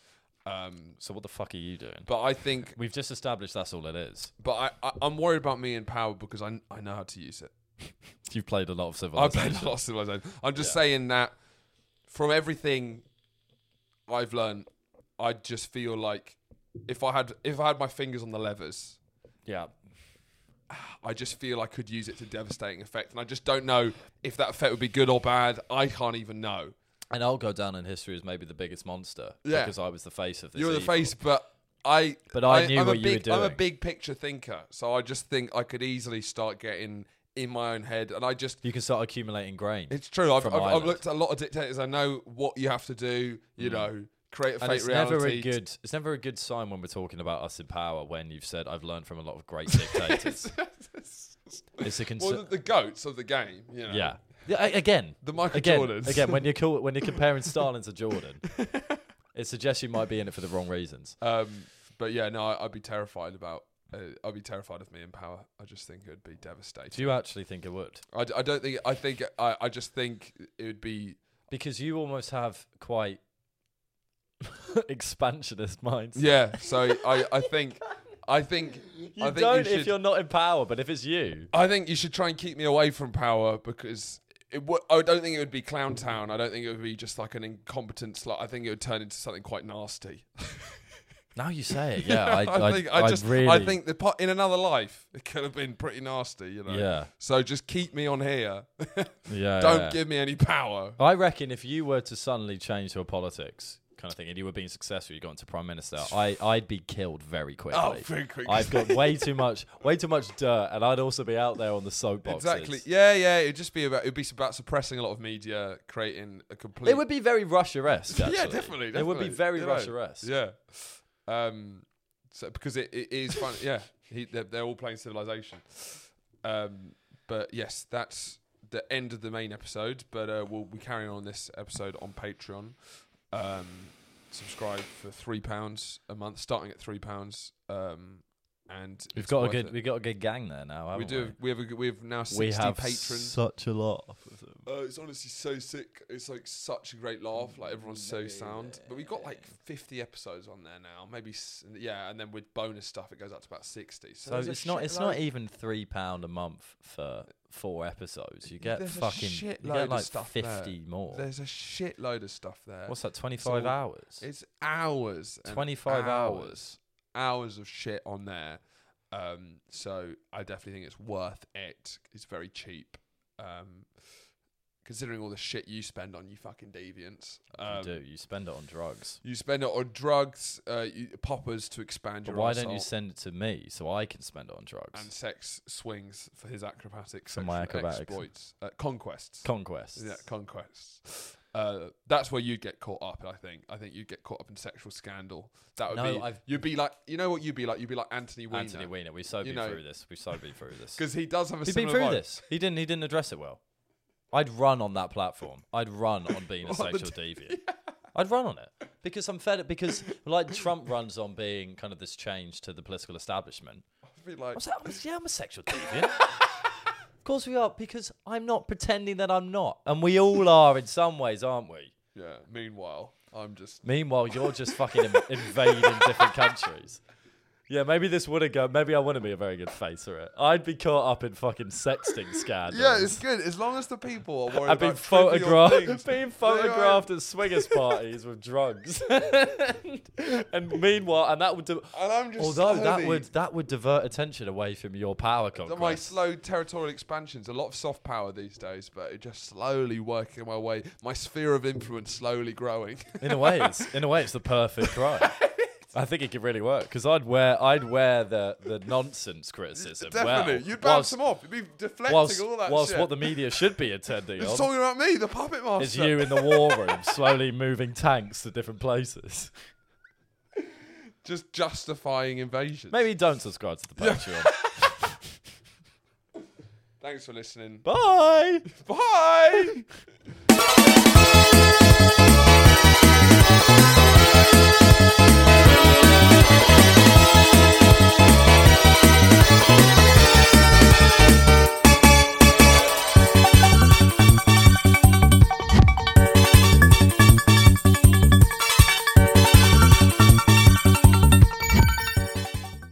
S1: Um,
S2: so what the fuck are you doing
S1: but I think,
S2: we've just established that's all it is
S1: but I, I I'm worried about me in power because I I know how to use it.
S2: you've played a lot of
S1: I've
S2: civilization
S1: played a lot of Civilization. I'm just
S2: Yeah.
S1: saying that from everything I've learned, I just feel like if I had if I had my fingers on the levers,
S2: yeah
S1: I just feel I could use it to devastating effect, and I just don't know if that effect would be good or bad. I can't even know.
S2: And I'll go down in history as maybe the biggest monster.
S1: Yeah.
S2: Because I was the face of this.
S1: You're the
S2: evil.
S1: face, but I.
S2: But I knew
S1: I'm a
S2: what you were
S1: big- I'm a
S2: doing.
S1: big picture thinker, so I just think I could easily start getting in my own head, and I just.
S2: You can start accumulating grain.
S1: It's true. I've,
S2: From
S1: I've, I've
S2: Ireland.
S1: looked at a lot of dictators. I know what you have to do. You know, create a
S2: Mm. And
S1: fake
S2: it's
S1: reality.
S2: never a
S1: to-
S2: good. It's never a good sign when we're talking about us in power. When you've said, "I've learned from a lot of great dictators." it's a
S1: well, the,
S2: concern.
S1: the goats of the game. You know.
S2: yeah. Yeah. a- Again.
S1: The Michael
S2: again.
S1: Jordans.
S2: Again. When you're cool, when you're comparing Stalin to Jordan, it suggests you might be in it for the wrong reasons.
S1: Um, but yeah, no, I, I'd be terrified about. Uh, I'd be terrified of me in power. I just think it would be devastating.
S2: Do you actually think it would?
S1: I, d- I don't think. I think. I, I just think it would be.
S2: Because you almost have quite expansionist minds.
S1: Yeah. So I. I think. I think.
S2: You
S1: I think
S2: don't
S1: you should,
S2: if you're not in power, but if it's you,
S1: I think you should try and keep me away from power because it w- I don't think it would be Clown Town. I don't think it would be just like an incompetent slut. I think it would turn into something quite nasty.
S2: now you say it. Yeah, I, I,
S1: think
S2: I
S1: just
S2: really,
S1: I think the po- in another life it could have been pretty nasty, you know.
S2: Yeah.
S1: So just keep me on here.
S2: yeah.
S1: don't
S2: yeah.
S1: give me any power.
S2: I reckon if you were to suddenly change to a politics kind of thing, and you were being successful, you got into prime minister, I I'd be killed very quickly.
S1: Oh, very quickly.
S2: I've got way too much, way too much dirt, and I'd also be out there on the soapboxes.
S1: Exactly. Yeah, yeah. It'd just be about it'd be about suppressing a lot of media, creating a complete.
S2: It would be very Russia-esque. Actually.
S1: yeah, definitely,
S2: It would be
S1: definitely,
S2: very
S1: you know.
S2: Russia-esque.
S1: Yeah. Um. So because it, it is fun. yeah. He, they're, they're all playing Civilization. Um. But yes, that's the end of the main episode. But uh, we'll be carrying on this episode on Patreon. Um. Subscribe for three pounds a month, starting at three pounds. Um. And
S2: We've
S1: it's
S2: got a
S1: worth
S2: good,
S1: it.
S2: we've got a good gang there now.
S1: We
S2: haven't
S1: do. We have. A, g- we have now
S2: We,
S1: sixty
S2: we have
S1: patrons.
S2: such a lot of them.
S1: Uh, it's honestly so sick. It's like such a great laugh. Like everyone's so sound. But we've got like 50 episodes on there now. Maybe s- yeah, and then with bonus stuff, it goes up to about 60. So,
S2: So
S1: there's a
S2: it's not it's not
S1: shitload-
S2: even three pound a month for four episodes. You get
S1: There's a
S2: fucking you
S1: shitload
S2: get
S1: of
S2: like
S1: stuff there.
S2: fifty more.
S1: There's a shitload of stuff there.
S2: What's that? Twenty five
S1: all-
S2: hours.
S1: it's hours. and
S2: Twenty five hours.
S1: hours. Hours of shit on there. Um, so I definitely think it's worth it. It's very cheap. Um, considering all the shit you spend on you fucking deviants. Um,
S2: you do. You spend it on drugs.
S1: You spend it on drugs, uh, you, poppers to expand
S2: But
S1: your.
S2: why don't you
S1: arsehole,
S2: send it to me so I can spend it on drugs?
S1: And sex swings for his acrobatic
S2: For
S1: sexual
S2: my acrobatics.
S1: exploits, uh, conquests.
S2: Conquest.
S1: yeah, conquests. Uh, that's where you'd get caught up. I think. I think you'd get caught up in sexual scandal. That would
S2: No,
S1: be.
S2: I've-
S1: You'd be like. You know what you'd be like. You'd be like Anthony
S2: Anthony
S1: Weiner
S2: Weiner. We've so
S1: You
S2: been
S1: know-
S2: through this. We've so been through this.
S1: because he does have a
S2: We've been
S1: similar
S2: through
S1: vibe.
S2: this. He didn't. He didn't address it well. I'd run on that platform. I'd run on being a
S1: On the
S2: sexual deviant. I'd run on it because I'm fed up. Because like Trump runs on being kind of this change to the political establishment.
S1: I'd be like,
S2: I was like, I was- yeah, I'm a sexual deviant. of course we are, because I'm not pretending that I'm not. And we all are in some ways, aren't we?
S1: yeah. Meanwhile, I'm just.
S2: Meanwhile, you're just fucking in- invading different countries. Yeah, maybe this would have go. Maybe I wouldn't be a very good face for it. I'd be caught up in fucking sexting scandals.
S1: Yeah, it's good as long as the people are worried
S2: I've been
S1: about trivial things.
S2: photographed, being
S1: They are-
S2: photographed at swingers parties with drugs, and meanwhile, and that would. Do-
S1: and I'm just.
S2: Although that
S1: slowly-
S2: would that would divert attention away from your power
S1: Th- my
S2: conquest.
S1: slow territorial expansions, a lot of soft power these days, but it just slowly working my way, my sphere of influence slowly growing.
S2: In a way, it's in a way, it's the perfect crime. I think it could really work because I'd wear I'd wear the the nonsense criticism.
S1: Definitely,
S2: well,
S1: you'd bounce
S2: whilst,
S1: them off. You'd be deflecting
S2: Whilst,
S1: all that
S2: whilst
S1: shit.
S2: what the media should be attending
S1: it's
S2: on
S1: talking about me, the puppet master.
S2: is you in the war room slowly moving tanks to different places.
S1: just justifying invasions.
S2: Maybe don't subscribe to the Patreon.
S1: Thanks for listening.
S2: Bye.
S1: Bye.